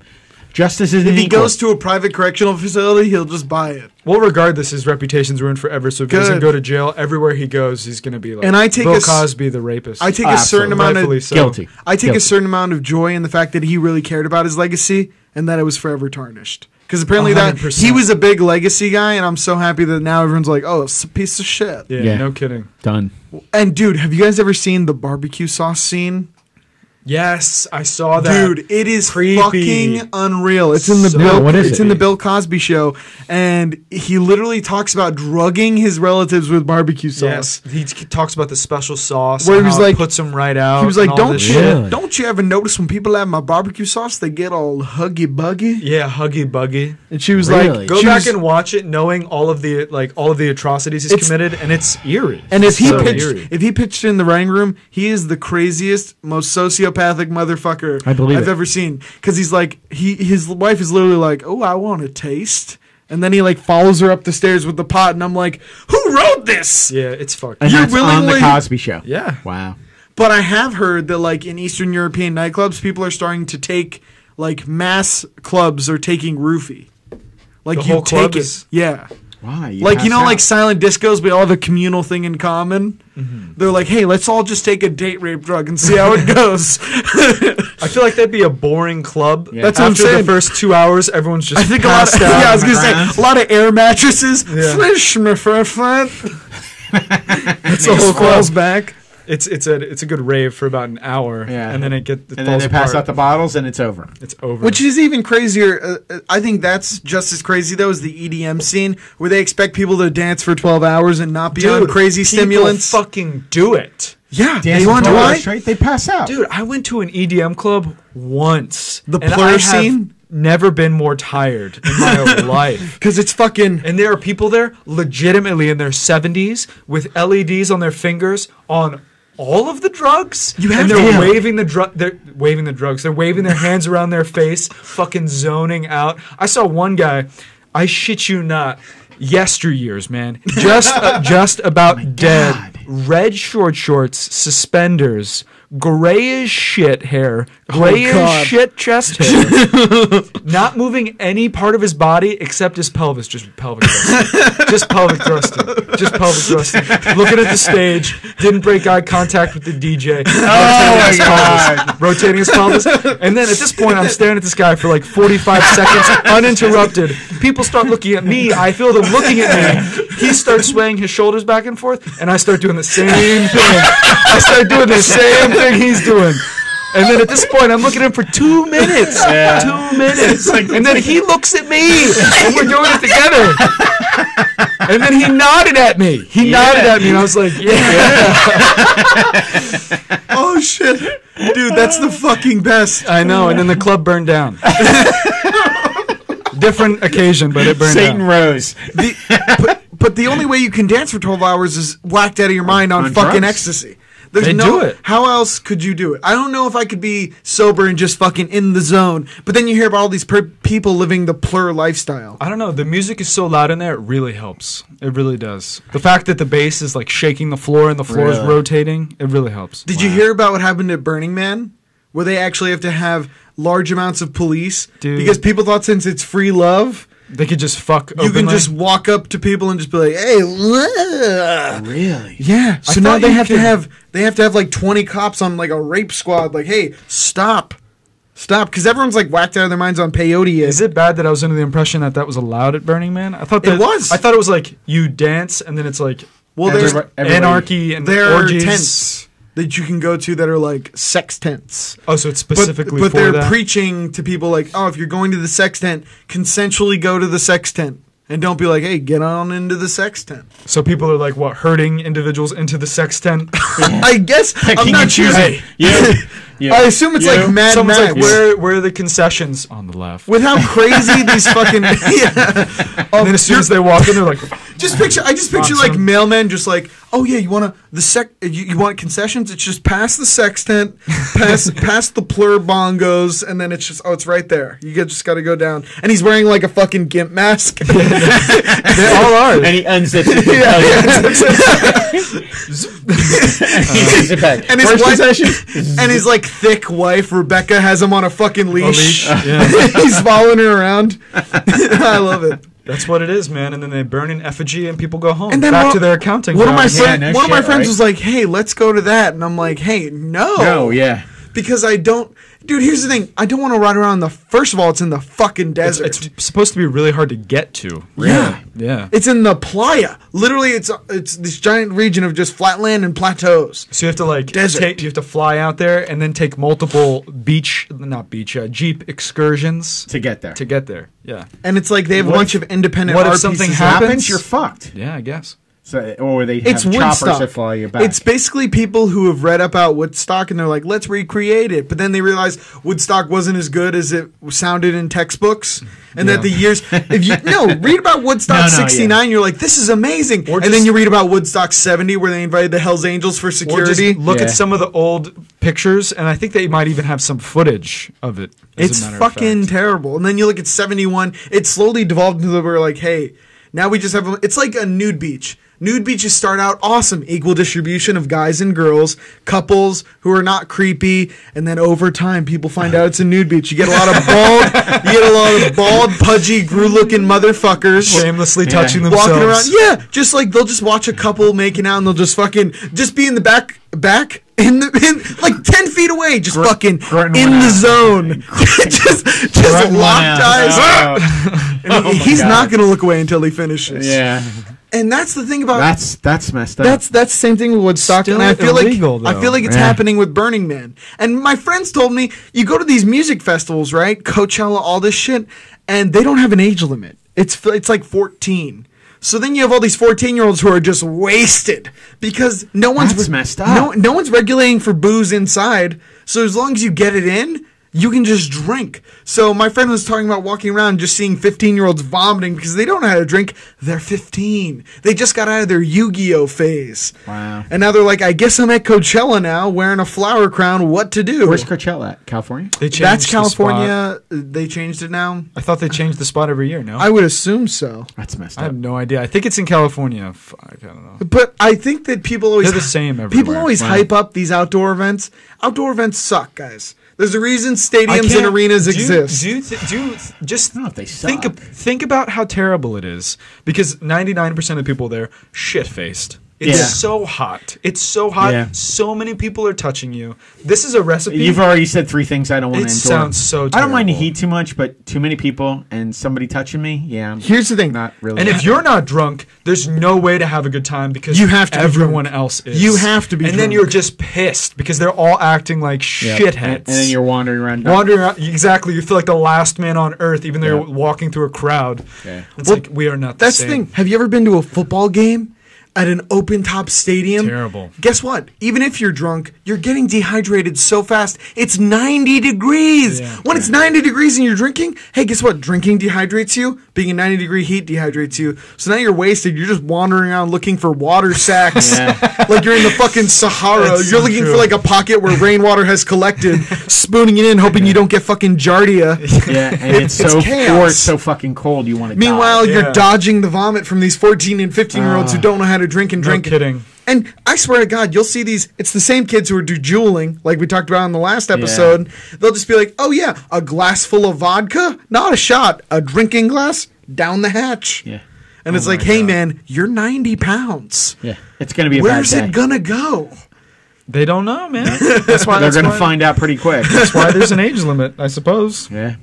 Justice isn't If he equal. goes to a private correctional facility, he'll just buy it. Well, regardless, his reputation's ruined forever. So if he doesn't Good. go to jail, everywhere he goes, he's going to be like. And I take a Bill s- Cosby, the rapist. I take a Absolutely. certain amount Rightfully of. so. guilty. I take Guilty. a certain amount of joy in the fact that he really cared about his legacy and that it was forever tarnished. Because apparently that 100%. he was a big legacy guy, and I'm so happy that now everyone's like, "Oh, it's a piece of shit." Yeah, Yeah. no kidding. done. And dude, have you guys ever seen the barbecue sauce scene? Yes, I saw that. Dude, it is Creepy. fucking unreal. It's in the So Bill, what is it's it? in the Bill Cosby show, and he literally talks about drugging his relatives with barbecue sauce. Yes, he t- talks about the special sauce. Where and he was how it like- puts him right out. He was and like, all "Don't this you shit." Really? don't you ever notice when people have my barbecue sauce, they get all huggy buggy?" Yeah, huggy buggy. And she was Really? like, Go she back was- and watch it, knowing all of the like all of the atrocities he's It's- committed, and it's e- eerie. And if he So pitched, eerie. if he pitched in the writing room, he is the craziest, most sociopathic motherfucker I believe have it. ever seen. Because he's like, he his wife is literally like, "Oh, I want a taste," and then he like follows her up the stairs with the pot, and I'm like, "Who wrote this?" yeah, it's fucked. And You that's on the willingly- Cosby Show. Yeah. Wow. But I have heard that like in Eastern European nightclubs, people are starting to take like mass clubs are taking roofie. Like The you whole take club it, is- yeah. Why? like you know, passed like out. silent discos, we all have a communal thing in common. They're like, hey, let's all just take a date rape drug and see how it goes. I feel like that'd be a boring club. That's what I'm After saying. the first two hours, everyone's just I think a lot. Of, passed out. yeah, I was gonna ground. say a lot of air mattresses. Yeah. Flish, my friend, friend. That's the whole falls back. It's it's a it's a good rave for about an hour, Yeah. and then it get it and then falls they pass out apart. the bottles, and it's over. It's over. Which is even crazier. Uh, uh, I think that's just as crazy though as the EDM scene, where they expect people to dance for 12 hours and not be on crazy people stimulants. Fucking do it. yeah, Dance you want to with why? bottles Straight, they pass out. Dude, I went to an E EDM club once. The and blur I have scene? Never been more tired in my life. Because it's fucking. And there are people there legitimately in their 70s with LEDs on their fingers on all of the drugs. You have and they're to. waving the drug they're waving the drugs. They're waving their hands around their face, fucking zoning out. I saw one guy, I shit you not, yesteryears, man. Just uh, just about dead. God. Red short shorts, suspenders, gray as shit hair, gray Oh, God. as shit chest hair not moving any part of his body except his pelvis, just pelvic thrusting, just pelvic thrusting, just pelvic thrusting. Looking at the stage, didn't break eye contact with the DJ, Oh, rotating, his pelvis, rotating his pelvis, and then at this point, I'm staring at this guy for like 45 seconds uninterrupted. People start looking at me. I feel them looking at me. He starts swaying his shoulders back and forth, and I start doing the same thing. I start doing the same thing he's doing. And then at this point, I'm looking at him for two minutes. Two minutes. and then he looks at me, and we're doing it together. and then he nodded at me. He nodded at me, and I was like, "Yeah, oh shit, dude, that's the fucking best. I know." And then the club burned down. Different occasion, but it burned Satan down. Rose. The, but, but the only way you can dance for 12 hours is whacked out of your mind on, On fucking drugs. ecstasy. There's They no do it. how else could you do it? I don't know if I could be sober and just fucking in the zone. But then you hear about all these per- people living the plur lifestyle. I don't know. The music is so loud in there; it really helps. It really does. The fact that the bass is like shaking the floor and the floor is Really? rotating, it really helps. Did you hear about what happened at Burning Man? Where they actually have to have large amounts of police Dude. because people thought since it's free love, They could just fuck. you can openly. just walk up to people and just be like, "Hey, ugh." Really? Yeah. So thought now they you have could- to have they have to have like twenty cops on like a rape squad. Like, hey, stop, stop, because everyone's like whacked out of their minds on peyote. Is it bad that I was under the impression that that was allowed at Burning Man? I thought It that was. I thought it was like you dance and then it's like Well, there's Everybody- anarchy and there are orgies. tents that you can go to that are like sex tents. Oh, so it's But, specifically but for they're that. preaching to people like, oh, if you're going to the sex tent, consensually go to the sex tent. And don't be like, hey, get on into the sex tent. so people are like what herding individuals into the sex tent. I guess I'm Picking not and choosing. choosing. Yeah. Yeah. I assume it's Yeah. like Mad Someone's Max. like, where where are the concessions on the left? with how crazy these fucking yeah. and then as soon as they walk in, they're like, Just picture, I just picture like Awesome. mailmen just like, oh yeah, you want to the sec, you, you want concessions? It's just past the sextant, past past the plur bongos, and then it's just oh, it's right there. You get, just got to go down. And he's wearing like a fucking gimp mask. they all And are. he unzips it. yeah, Oh, it back. And his First wife- possession. and his like thick wife Rebecca has him on a fucking leash. yeah. he's following her around. I love it. That's what it is, man. And then they burn an effigy and people go home And then back one- to their accounting. One of my jobs. Yeah, friend, no one of my shit, friends right? was like, "Hey, let's go to that," and I'm like, "Hey, No, yeah. Because I don't, dude. Here's the thing. I don't want to ride around in the. First of all, it's in the fucking It's, desert. it's supposed to be really hard to get to. yeah, Yeah. it's in the playa. Literally, it's it's this giant region of just flatland and plateaus. So you have to like Desert. take you have to fly out there and then take multiple beach not beach uh, jeep excursions To get there. to get there. Yeah. And it's like they have a What bunch if- of independent. what if art something pieces. happens? You're fucked. Yeah, I guess. So, or they have It's choppers Woodstock. that fly you back. It's basically people who have read about Woodstock and they're like, let's recreate it. But then they realize Woodstock wasn't as good as it sounded in textbooks, and that the years. If you no read about Woodstock No, no, '69, you're like, this is amazing. Or and then just- you read about Woodstock '70, where they invited the Hell's Angels for Or just security. look Yeah. at some of the old pictures and I think they might even have some footage of it. as a It's matter of fucking fact. terrible. And then you look at 71, it slowly devolved into the we're like, hey, now we just have a, it's like a nude beach. Nude beaches start out awesome, equal distribution of guys and girls, couples who are not creepy, and then over time people find out it's a nude beach. You get a lot of bald, you get a lot of bald, pudgy, grew-looking motherfuckers shamelessly touching themselves. walking around. Yeah, just like they'll just watch a couple making out and they'll just fucking just be in the back back in the in, like ten feet away, just fucking grunting in one the out. zone, just just Run one locked out. eyes. Ah! Oh. And he- Oh my he's God. not gonna look away until he finishes. yeah. and that's the thing about That's that's messed up. that's that's the same thing with Woodstock, Still and I feel illegal, like I though. feel like it's Yeah. happening with Burning Man. And my friends told me you go to these music festivals, right? Coachella, all this shit, and they don't have an age limit. It's f- it's like fourteen. So then you have all these fourteen year olds who are just wasted because no one's That's messed up. No, no one's regulating for booze inside. So as long as you get it in. You can just drink. So my friend was talking about walking around just seeing 15 year olds vomiting because they don't know how to drink. They're 15. They just got out of their Yu-Gi-Oh phase. Wow. And now they're like, I guess I'm at Coachella now, wearing a flower crown. What to do? Where's Coachella at? California? They changed That's the spot. California. They changed it now. I thought they changed the spot every year, no? I would assume so. That's messed I up. have no idea. I think it's in California. Fuck, I don't know. But I think that people always They're the same People everywhere. always Wow. hype up these outdoor events. Outdoor events suck, guys. There's a reason stadiums and can't- arenas do you- exist. Do you th- do you th- just I don't know if they think suck. ab- think about how terrible it is because ninety nine percent of the people there shit faced. It's Yeah. so hot. It's so hot. Yeah. So many people are touching you. This is a recipe. You've already said three things I don't want it to endure. sounds so. Terrible. I don't mind the heat too much, but too many people and somebody touching me, yeah, I'm Here's the thing. not really. And if you're not drunk, there's no way to have a good time because You have to be everyone drunk. else is. You have to be And then drunk. you're just pissed because they're all acting like Yeah. shitheads. and, and then you're wandering around. wandering around, exactly. You feel like the last man on earth, even though Yeah. you're walking through a crowd. Yeah. It's Well, like we are not. The That's the same. thing. Have you ever been to a football game at an open top stadium? Terrible. Guess what? Even if you're drunk, you're getting dehydrated so fast. It's 90 degrees. Yeah. When it's 90 degrees and you're drinking, hey, guess what? Drinking dehydrates you. Being in 90 degree heat dehydrates you. So now you're wasted. You're just wandering around looking for water sacks. like you're in the fucking Sahara. That's you're so looking true. for like a pocket where rainwater has collected, spooning it in, hoping you don't get fucking giardia. yeah, and it's, it's so chaos. or it's so fucking cold you want to. Meanwhile, Yeah. you're dodging the vomit from these 14 and 15 year Ah, olds who don't know how to drink and No drink. kidding. And I swear to God, you'll see these. It's the same kids who are dejueling, like we talked about in the last episode. They'll just be like, oh, yeah, a glass full of vodka, not a shot, a drinking glass, down the hatch. Yeah. Oh And it's like, hey, man, you're 90 pounds. yeah, it's gonna be a Where's bad day. it going to go? They don't know, man. That's why They're that's gonna why- find out pretty quick. That's why there's an age limit, I suppose. yeah,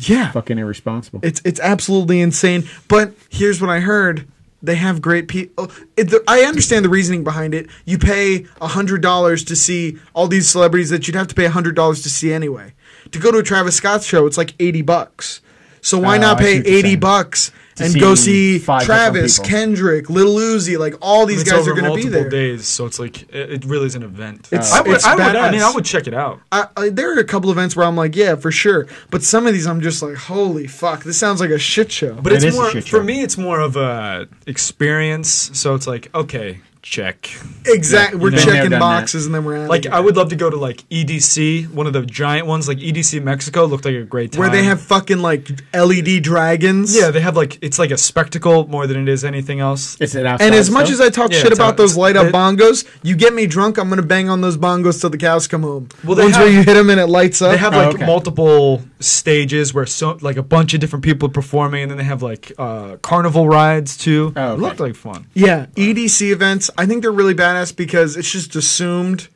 Yeah. fucking irresponsible. It's it's absolutely insane. But here's what I heard: they have great people. It, the, I understand the reasoning behind it. You pay hundred dollars to see all these celebrities that you'd have to pay hundred dollars to see anyway. To go to a Travis Scott show, it's like eighty bucks. So why Oh, not I see pay what you're eighty saying. bucks To and see go see five Travis, different people. Kendrick, Lil Uzi, like all these It's guys over are going to be multiple there. days, so it's like it, it really is an event. It's- I would, it's I, would I badass. mean, I would check it out. I, I, there are a couple events where I'm like, yeah, for sure. But some of these, I'm just like, holy fuck, this sounds like a shit show. But It it's is a more shit for show. me. It's more of a experience. So it's like okay, check. Exactly, we're been there, checking done that. boxes and then we're out. Like I would love to go to like EDC, one of the giant ones. Like EDC Mexico looked like a great time. where they have fucking like LED dragons. yeah, they have like it's like a spectacle more than it is anything else. It's an outside. And as much stuff? as I talk Yeah, shit it's about out- those light up it- bongos, you get me drunk, I'm gonna bang on those bongos till the cows come home. Well, they Ones where have- you hit them and it lights up. They have Oh, like okay. multiple stages where so like a bunch of different people are performing, and then they have like uh, carnival rides too. It Oh, okay. looked like fun. yeah, EDC events. I think they're really badass because it's just assumed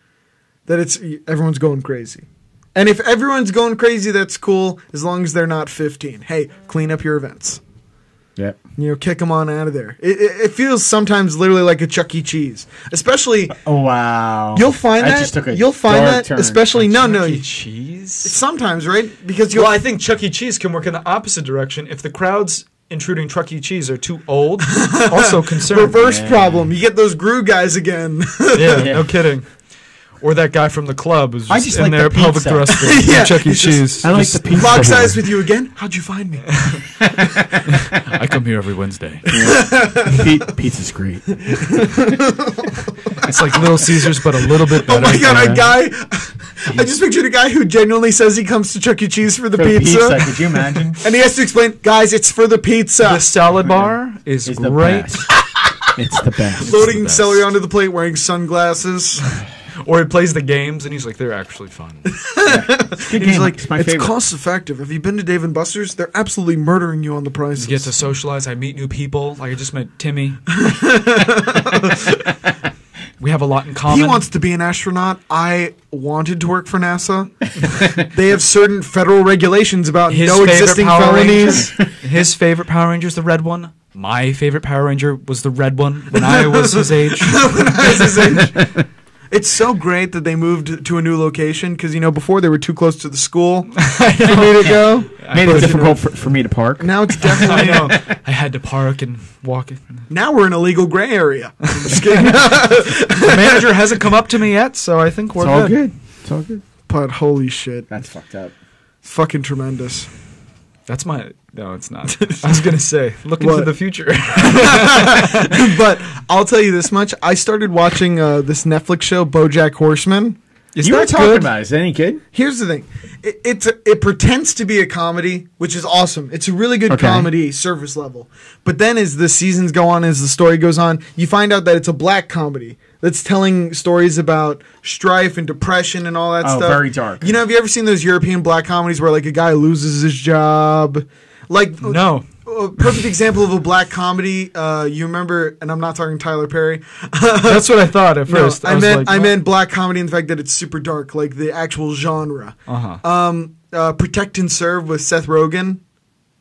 that it's everyone's going crazy. And if everyone's going crazy, that's cool as long as they're not 15. Hey, clean up your events. Yep. You know, kick them on out of there. It, it, it feels sometimes literally like a Chuck E. Cheese, especially Oh wow. You'll find that. just took a You'll find dark that, turn. especially no, no. you- cheese. Sometimes, right? Because you Well, I think Chuck E. Cheese can work in the opposite direction if the crowds intruding Chuck E. Cheese are too old. also concerned. reverse problem. You get those Gru guys again. Yeah, Yeah. no kidding. Or that guy from the club who's just, I just in like there the pelvic pizza. thruster. Yeah, from Chuck E. it's just- Cheese. I like Just, the pizza. Lock here. eyes with you again. How'd you find me? I come here every Wednesday. Pe- pizza's great. it's like Little Caesars, but a little bit Oh my better. god, a guy. I just pictured a guy who genuinely says he comes to Chuck E. Cheese for the For pizza, pizza, could you imagine? and he has to explain, guys, it's for the pizza. The salad bar is It's the great. best. It's the best. Loading best. celery onto the plate, wearing sunglasses. Or he plays the games and he's like, they're actually fun. It's a good And he's game. like, it's my it's favorite. cost effective. Have you been to Dave and Buster's? They're absolutely murdering you on the prices. You get to socialize. I meet new people. Like I just met Timmy. we have a lot in common. He wants to be an astronaut. I wanted to work for NASA. they have certain federal regulations about his no favorite existing Power felonies. Ranger- his favorite Power Ranger is the red one. My favorite Power Ranger was the red one when I was his age. This is it. It's so great that they moved to a new location because you know before they were too close to the school for me to go. Made it difficult for, for me to park. Now it's I definitely know. I had to park and walk. it. now we're in a legal gray area. I'm just kidding. The manager hasn't come up to me yet, so I think we're It's all good. It's all good. but holy shit, That's fucked up. fucking tremendous. That's my. No, it's not. I was gonna say, look into What? the future. but I'll tell you this much: I started watching uh, this Netflix show, BoJack Horseman. Is you were that talking good? about it. Is that any good? Here's the thing, it, it's a, it pretends to be a comedy, which is awesome. It's a really good Okay. comedy, surface level. But then, as the seasons go on, as the story goes on, you find out that it's a black comedy that's telling stories about strife and depression and all that Oh, stuff. very dark. You know, have you ever seen those European black comedies where like a guy loses his job? Like No, a perfect example of a black comedy. Uh, you remember, and I'm not talking Tyler Perry. That's what I thought at no, first. I was meant like, I meant black comedy in the fact that it's super dark, like the actual genre. Uh-huh. Um, uh, Protect and Serve with Seth Rogen.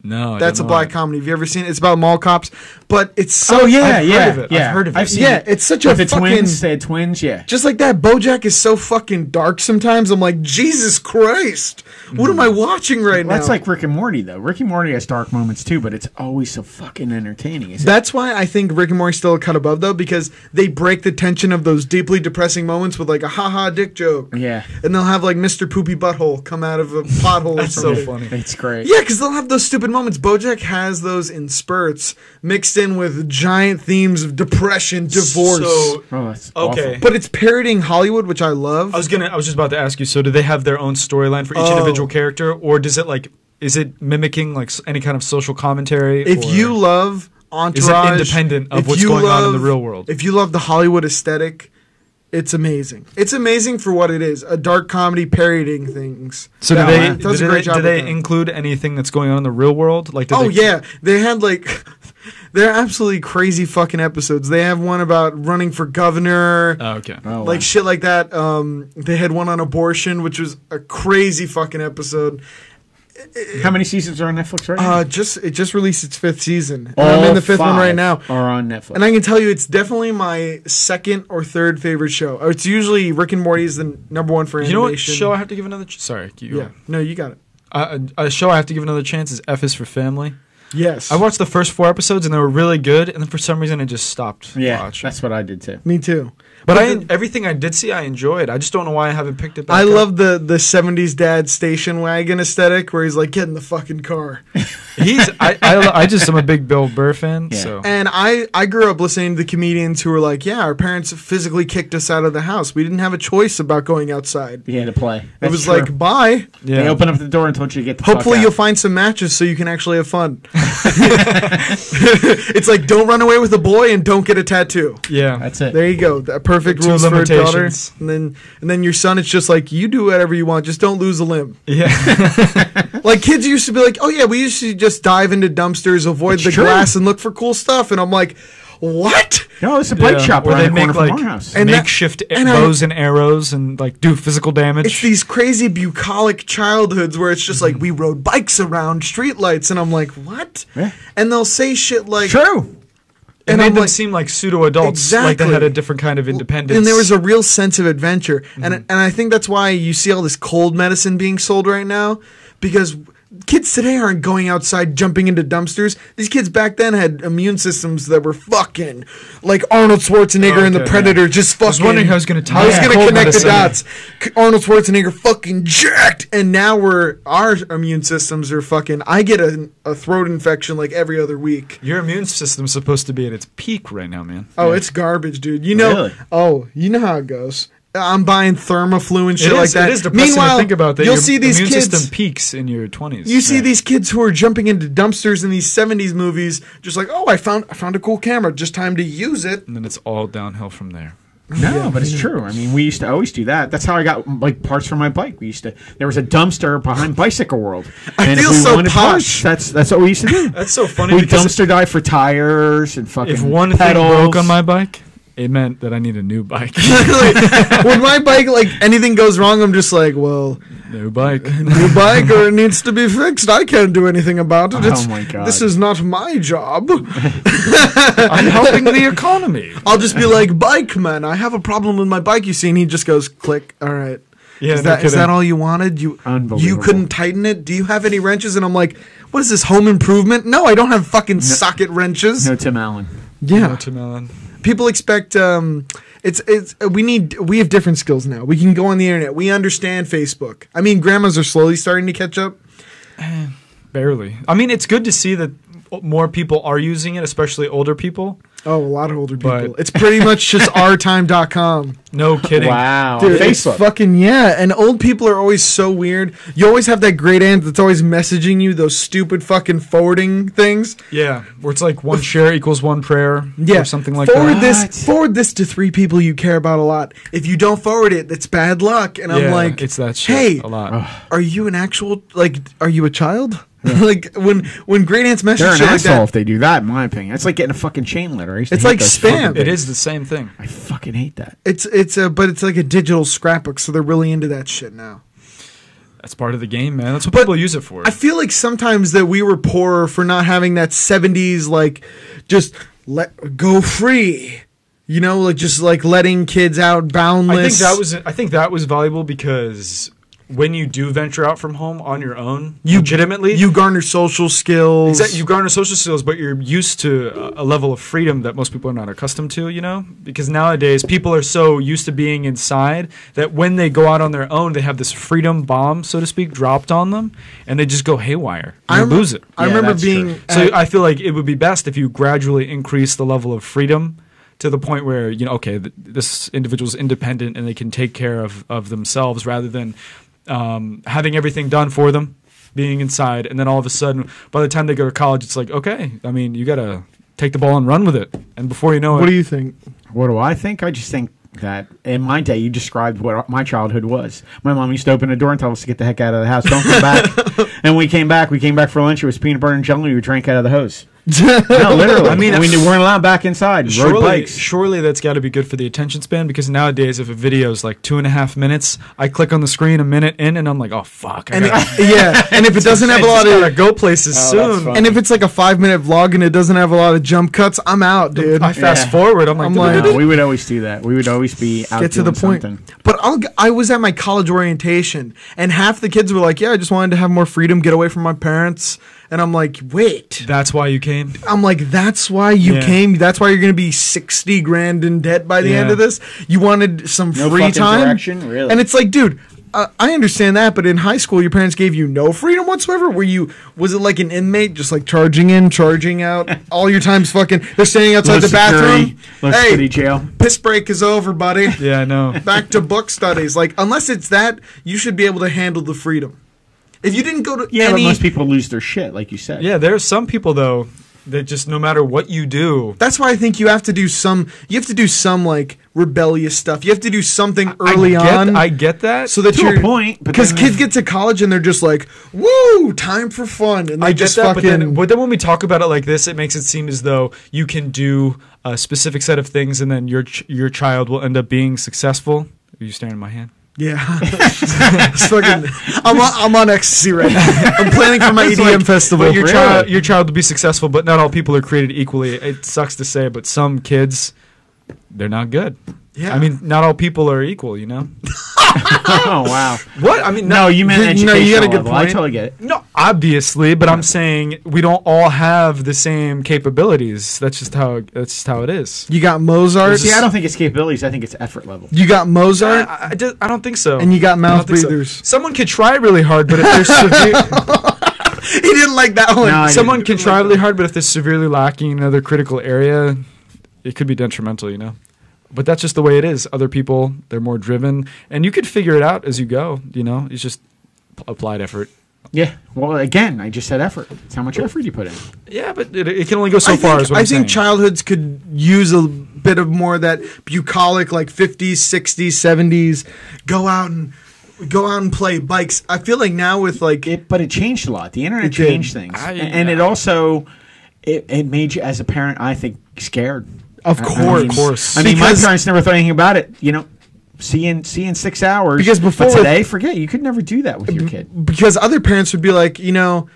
no, I That's a didn't black like it. comedy. Have you ever seen it? It's about mall cops, but it's so Oh yeah, I've heard yeah, of it. I've yeah. heard of it. seen Yeah, it's such a with the fucking- twins. They had twins. Yeah, just like that. BoJack is so fucking dark sometimes. I'm like, Jesus Christ, what am I watching right now? Mm. that's like Rick and Morty though. Rick and Morty has dark moments too, but it's always so fucking entertaining. Is it? That's why I think Rick and Morty's still a cut above though, because they break the tension of those deeply depressing moments with like a haha dick joke. Yeah, And they'll have like Mr. Poopy Butthole come out of a plot hole. That's from so it. funny. it's great. Yeah, because they'll have those stupid moments. Bojack has those in spurts, mixed in with giant themes of depression, divorce. So, Oh, that's Okay. but it's parodying Hollywood, which I love. I was gonna. I was just about to ask you. So, do they have their own storyline for each Oh. individual character, or does it like? Is it mimicking like s- any kind of social commentary? if or- you love Is it Entourage, independent of if what's you going on in the love- real world? If you love the Hollywood aesthetic, it's amazing. It's amazing for what it is—a dark comedy parodying things. so, Yeah, do they? man, does do a they, great do job with they that. include anything that's going on in the real world? Like, do Oh they, yeah, they had like they're absolutely crazy fucking episodes. They have one about running for governor, Oh, okay. Oh, wow. like shit like that. Um, they had one on abortion, which was a crazy fucking episode. how many seasons are on Netflix right now? Uh, just it just released its fifth season. And All Uh, I'm in the fifth one right five now. Are on Netflix. And I can tell you, it's definitely my second or third favorite show. Oh, It's usually Rick and Morty is the number one for You animation. know what show I have to give another? Ch- Sorry, you. Yeah, no, you got it. Uh, a a show I have to give another chance is F is for Family. Yes, I watched the first four episodes and they were really good, and then for some reason I just stopped yeah, watching. that's what I did too. me too. But I the- everything I did see, I enjoyed. I just don't know why I haven't picked it. back I up. love the the '70s dad station wagon aesthetic, where he's like, "Get in the fucking car." He's I, I lo- I just am a big Bill Burr fan. Yeah. So And I I grew up listening to the comedians who were like, "Yeah, our parents physically kicked us out of the house. We didn't have a choice about going outside. You had to play. it That's was true. like, bye." they yeah, open up the door and told you to get the fuck Hopefully, out. you'll find some matches so you can actually have fun. it's like don't run away with a boy and don't get a tattoo. yeah. That's it. There you go. The perfect Two rules for a daughter. limitations. And then and then your son, it's just like you do whatever you want, just don't lose a limb. yeah. Like kids used to be like, Oh yeah, we used to just dive into dumpsters, avoid It's the true. glass and look for cool stuff. And I'm like, What? No, it's a bike Yeah. shop Where around they the corner make from like our house. And that- makeshift and I- bows and arrows and like do physical damage. It's these crazy bucolic childhoods where it's just like we rode bikes around streetlights and I'm like, What? Yeah. And they'll say shit like true. it and made I'm them like- seem like pseudo adults, like they had Exactly. a different kind of independence. Mm-hmm. And there was a real sense of adventure, and and I think that's why you see all this cold medicine being sold right now, because kids today aren't going outside jumping into dumpsters. These kids back then had immune systems that were fucking like Arnold Schwarzenegger in The Okay, Predator, just fucking. was wondering how I was gonna tie I was that gonna cold connect medicine. the dots. C- Arnold Schwarzenegger fucking jacked, and now we're our immune systems are fucking. I get a, a throat infection like every other week. your immune system's supposed to be at its peak right now, man. Oh, it's garbage, dude. You know. Really? Oh, you know how it goes. I'm buying Thermaflu and shit it like is, that. It is depressing Meanwhile, to think about that. You'll your see these immune kids. system peaks in your twenties. You see Yeah. these kids who are jumping into dumpsters in these '70s movies, just like, oh, I found I found a cool camera. Just time to use it. and then it's all downhill from there. No, but it's true. I mean, we used to always do that. That's how I got like parts for my bike. We used to. There was a dumpster behind Bicycle World. I feel so posh. that's that's what we used to do. That's so funny we because dumpster dive for tires and fucking. if one thing pedals. broke on my bike, it meant that I need a new bike. Like, when my bike, like anything goes wrong, I'm just like, well, new bike. your bike or it needs to be fixed. I can't do anything about it. Oh It's, my God. This is not my job. I'm helping the economy. I'll just be like, bike man, I have a problem with my bike. You see, and he just goes, click. All right. Yeah, is, no that, is kidding. that all you wanted? You you Unbelievable. couldn't tighten it? Do you have any wrenches? And I'm like, what is this home improvement? No, I don't have fucking socket wrenches. No, Tim Allen. yeah, Watermelon. people expect. Um, it's it's uh, we need we have different skills now. We can go on the internet. We understand Facebook. I mean, grandmas are slowly starting to catch up. Barely. I mean, it's good to see that more people are using it, especially older people. Oh, a lot of older But- people. it's pretty much just ourtime.com. No kidding. Wow. Dude, it's Facebook. fucking yeah. And old people are always so weird. You always have that great aunt that's always messaging you those stupid fucking forwarding things. Yeah, where it's like one share equals one prayer, Yeah, or something like forward that. What? this. Forward this to three people you care about a lot. If you don't forward it, that's bad luck. And I'm Yeah, like, it's that shit Oh. Hey, a lot. are you an actual like? Are you a child? like when when great aunts message They're an shit like asshole that, if they do that. In my opinion, it's like getting a fucking chain letter. I used to It's hate like those spam. fucking It things. is the same thing. I fucking hate that. it's it's a but it's like a digital scrapbook, so they're really into that shit now. That's part of the game, man. That's what people use it for. I feel like sometimes that we were poorer for not having that '70s like just let go free, you know, like just like letting kids out boundless. I think that was I think that was valuable because when you do venture out from home on your own, legitimately, you garner social skills. Exactly. You garner social skills, but you're used to a- a level of freedom that most people are not accustomed to, you know? Because nowadays, people are so used to being inside that when they go out on their own, they have this freedom bomb, so to speak, dropped on them, and they just go haywire. I I rem- lose it. I Yeah, remember that's being true. so at- I feel like it would be best if you gradually increase the level of freedom to the point where, you know, okay, th- this individual's independent and they can take care of, of themselves rather than um, having everything done for them being inside, and then all of a sudden, by the time they go to college, it's like, okay, I mean, you gotta take the ball and run with it, and before you know what it, do you think? What do I think? I just think that in my day, you described what my childhood was. My mom used to open the door and tell us to get the heck out of the house. Don't come back. and we came back. We came back for lunch. It was peanut butter and jelly. We drank out of the hose. no, literally. I I mean, mean, we weren't allowed back inside. Rode surely, bikes. surely that's got to be good for the attention span because nowadays, if a video is like two and a half minutes, I click on the screen a minute in, and I'm like, oh fuck, I And gotta- it- yeah, and if it doesn't have a lot I of Oh, gotta go places that's soon. fun. And if it's like a five minute vlog and it doesn't have a lot of jump cuts, I'm out, dude. I fast Yeah. forward. I'm like, I'm like- No, we would always do that. We would always be out Get to the doing point. something. But I'll, g- I was at my college orientation, and half the kids were like, "Yeah, I just wanted to have more freedom, get away from my parents." And I'm like, "Wait." that's why you came. I'm like, "That's why you Yeah. came. That's why you're gonna be sixty grand in debt by the end Yeah. of this. You wanted some No free fucking time, direction? Really? And it's like, dude." Uh, I understand that, but in high school, your parents gave you no freedom whatsoever. Were you? Was it like an inmate, just like charging in, charging out, all your times? Fucking, they're standing outside Low the security, bathroom. low security jail. piss break is over, buddy Yeah, I know. back to book studies. Like, unless it's that, you should be able to handle the freedom. If you didn't go to Yeah, but any, most people lose their shit, like you said. Yeah, there are some people though that just no matter what you do, that's why I think you have to do some. You have to do some like rebellious stuff. You have to do something early I get, on. I get that. so that To a you're point, but because then- kids get to college and they're just like, "Woo, time for fun," and they I get just that, fucking. but then, but then when we talk about it like this, it makes it seem as though you can do a specific set of things, and then your ch- your child will end up being successful. Are you staring at my hand? yeah, It's fucking- I'm on, I'm on ecstasy right now. I'm planning for my It's EDM like, festival. but your Really? child your child will be successful, but not all people are created equally. It sucks to say, but some kids, they're not good. Yeah. I mean, not all people are equal. You know oh wow. what? I mean, No, you meant you- no, educational you got a good level. I point. totally get it. No, obviously, but I'm saying we don't all have the same capabilities. That's just how that's just how it is. you got Mozart. See, I don't think it's capabilities. I think it's effort level. You got I, Mozart. I- I just- I don't think so. And you got I don't mouth think so. breathers. Someone could try really hard, but if they're severe, he didn't like that one. No, I someone didn't. can try really hard, but if they're severely lacking in another critical area, it could be detrimental. You know. But that's just the way it is. Other people, they're more driven, and you could figure it out as you go. You know, it's just p- applied effort. Yeah. Well, again, I just said effort. It's how much effort you put in. Yeah, but it, it can only go so I far. Think, is what I I'm think saying. childhoods could use a bit of more of that bucolic, like fifties, sixties, seventies. Go out and go out and play bikes. I feel like now with like It, but it changed a lot. The internet It did. changed things, I- A- and it also it, it made you, as a parent, I think, scared. Of I- I course. mean- Of course. I mean, my Because- parents never thought anything about it. You know, seeing seeing six hours Because before- but today, forget you could never do that with your kid. because other parents would be like, you know,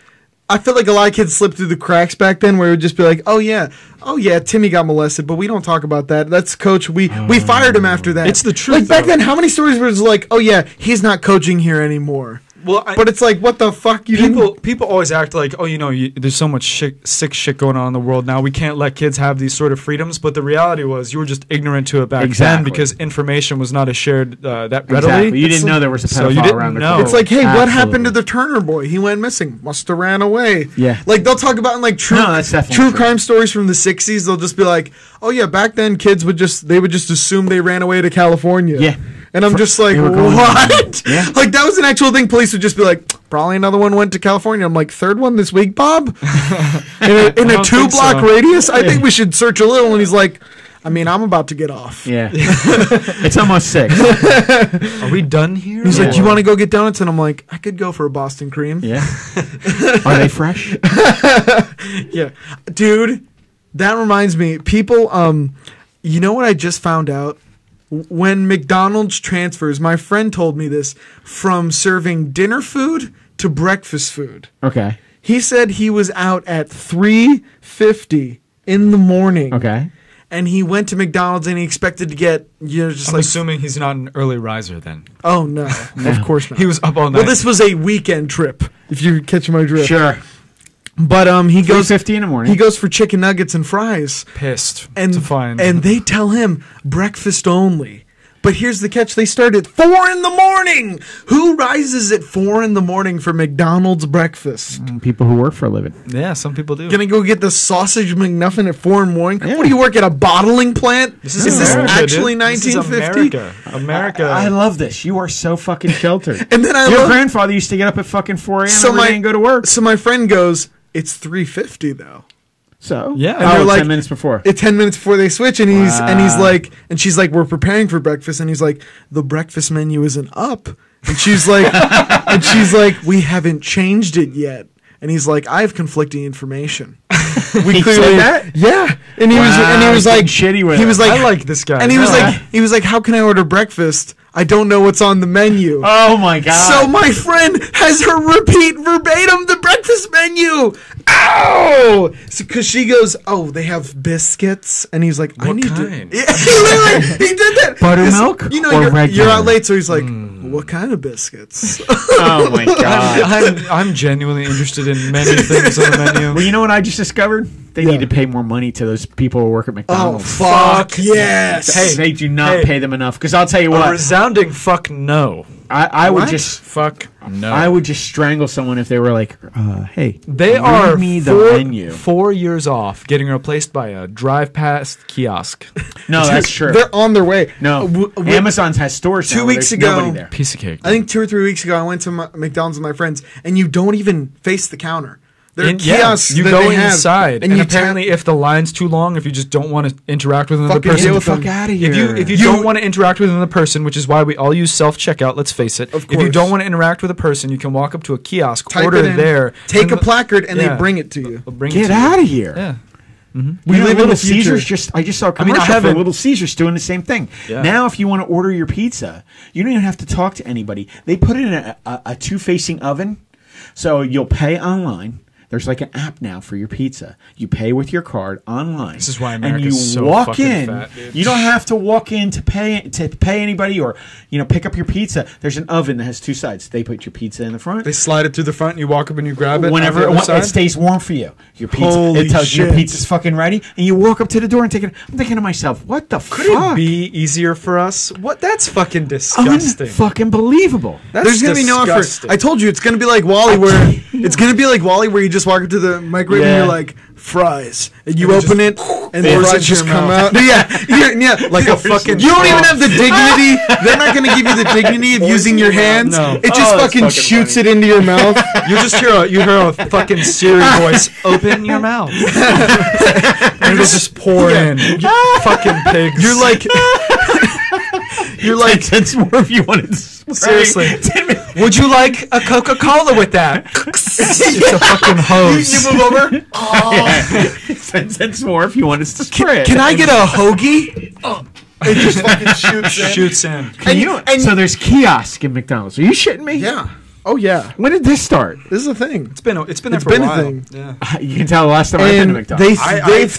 I feel like a lot of kids slipped through the cracks back then, where it would just be like, oh yeah, oh yeah, Timmy got molested, but we don't talk about that. That's coach. We Oh. we fired him after that. It's the truth, Like back though. then, how many stories was like, oh yeah, he's not coaching here anymore. Well, I- but it's like, what the fuck? You people didn't. people always act like oh you know you, there's so much shit, sick shit going on in the world now we can't let kids have these sort of freedoms but the realality was you were just ignorant to it back then Exactly. because information was not as shared uh, that readily Exactly. You didn't It's know like- there was a pedophile so you didn't around the know. corner. It's like, hey, what happened to Absolutely. the Turner boy? He went missing. Must have ran away. Yeah. Like they'll talk about in like true No, that's definitely true true. crime stories from the '60s. They'll just be like, oh yeah, back then kids would just they would just assume they ran away to California. Yeah. And I'm just like, they were going- what? Yeah. Like that was an actual thing. Police would just be like, probably another one went to California. I'm like, third one this week, Bob. in a, in I a don't two think block so. radius. I think we should search a little. And he's like. I mean, I'm about to get off. Yeah. it's almost six. Are we done here? He's like, Yeah. "Do you want to go get donuts?" And I'm like, "I could go for a Boston cream." Yeah. Are they fresh? Yeah. Dude, that reminds me. People, um, you know what I just found out? W- When McDonald's transfers, my friend told me this, from serving dinner food to breakfast food. Okay. He said he was out at 3.50 in the morning. Okay. And he went to McDonald's and he expected to get, you know, just I'm like, assuming he's not an early riser then. oh, no, Of course not. He was up all night. well, this was a weekend trip, if you catch my drift. Sure. But um, he Three goes fifty in the morning. he goes for chicken nuggets and fries. pissed and to find. and they tell him breakfast only. But here's the catch: they start at four in the morning. Who rises at four in the morning for McDonald's breakfast? Mm. People who work for a living. yeah, some people do. Gonna go get the sausage McNuffin at four in the morning? Yeah. What do you work at a bottling plant? Is this America, actually dude. This is 1950? America. America. I love this. You are so fucking sheltered. And then I Your love- grandfather used to get up at fucking four a.m. So every my- day and go to work. So my friend goes, "It's three fifty though." So Yeah. and And they're they're like- Oh, ten minutes before. It's ten minutes before they switch, and he's and he's like, and she's like, "We're preparing for breakfast," and he's like, "The breakfast menu isn't up," and she's like, and she's like, "We haven't changed it yet," and he's like, "I have conflicting information." we Clearly- yeah, and he was and he Wow, was he's like, getting shitty with he it. was like, I like this guy. and he was Yeah. like, he was like, "How can I order breakfast? I don't know what's on the menu." Oh my god. Ah. So my friend has her repeat verbatim the breakfast menu. Ow! Because she goes, "Oh, they have biscuits," and he's like, "I What need kind? to." Yeah, he literally he did that. Buttermilk It's- You know, or you're, regular? you're out late, so he's like, Hmm. "What kind of biscuits?" oh my god. I'm, Uh, I'm genuinely interested in many things on the menu. Well, you know what I just discovered? They need to pay more money to those people who work at oh McDonald's. fuck! Yes. Hey, they do not Hey. pay them enough. Because I'll tell you A what, resounding fuck no. I, I would What? just, Fuck no. I would just strangle someone if they were like, uh, "Hey, they read are me the four, menu." four years off getting replaced by a drive past kiosk. No, that's true. They're on their way. Uh, No, W- w- Amazon's has stores. Two now where weeks there's ago- nobody there. Piece of cake. I think two or three weeks ago, I went to my, McDonald's with my friends, and you don't even face the counter. There are And yeah, kiosks you that go they have, inside, and, you apparently, tap- if the line's too long, if you just don't want to interact with another Fucking person, deal Get the with fuck them. out of here. If you if you, don't want to interact with another person, which is why we all use self checkout, let's face it. Of If you course. don't want to interact with a person, you can walk up to a kiosk, type order it in, there, take and a the- placard, and yeah. they bring it to you. they'll bring it get to you. out of here. Yeah. We We live in Little the future. Caesars just I just saw a mean, I commercial for haven't- Little Caesars doing the same thing. Yeah. Now if you want to order your pizza, you don't even have to talk to anybody. They put it in a, a, a two facing oven. So you'll pay online. There's like an app now for your pizza. You pay with your card online. This is why America's so fucking in. fat, dude. you don't have to walk in to pay to pay anybody or you know pick up your pizza. There's an oven that has two sides. They put your pizza in the front They slide it through the front, and you walk up and you grab it. whenever on it, the wa- other it side. stays warm for you. Your pizza, Holy it tells you your shit. pizza's fucking ready, and you walk up to the door and take it. I'm thinking to myself, what the could fuck? it be easier for us? What? That's fucking disgusting. Unfucking believable. That's There's gonna be no effort. disgusting. I told you it's gonna be like Wally, where it's gonna be like Wally, where you just walk up to the microwave Yeah. and you're like fries, and you open it, and the pours into fries your just come mouth. out. yeah, you're- yeah, like a fucking You don't even frog. have the dignity. They're not gonna give you the dignity of using your hands. No. It just that's fucking, fucking shoots it into your mouth. You just hear a you hear a fucking Siri voice. Open your mouth. and it'll just pour in. You fucking pigs. You're like, you're like, That's more if you wanted. seriously. Would you like a Coca Cola with that? it's just a fucking hose. move over. That's more if you wanted to spray. Can I get a hoagie? Shoots in. Can you? and- so there's kiosk in McDonald's. Are you shitting me? Yeah. Oh yeah. When did this start? This is a thing. It's been a, it's been It's there for been a a while. thing. Yeah. You can tell the last time I've been to And they McDonald's.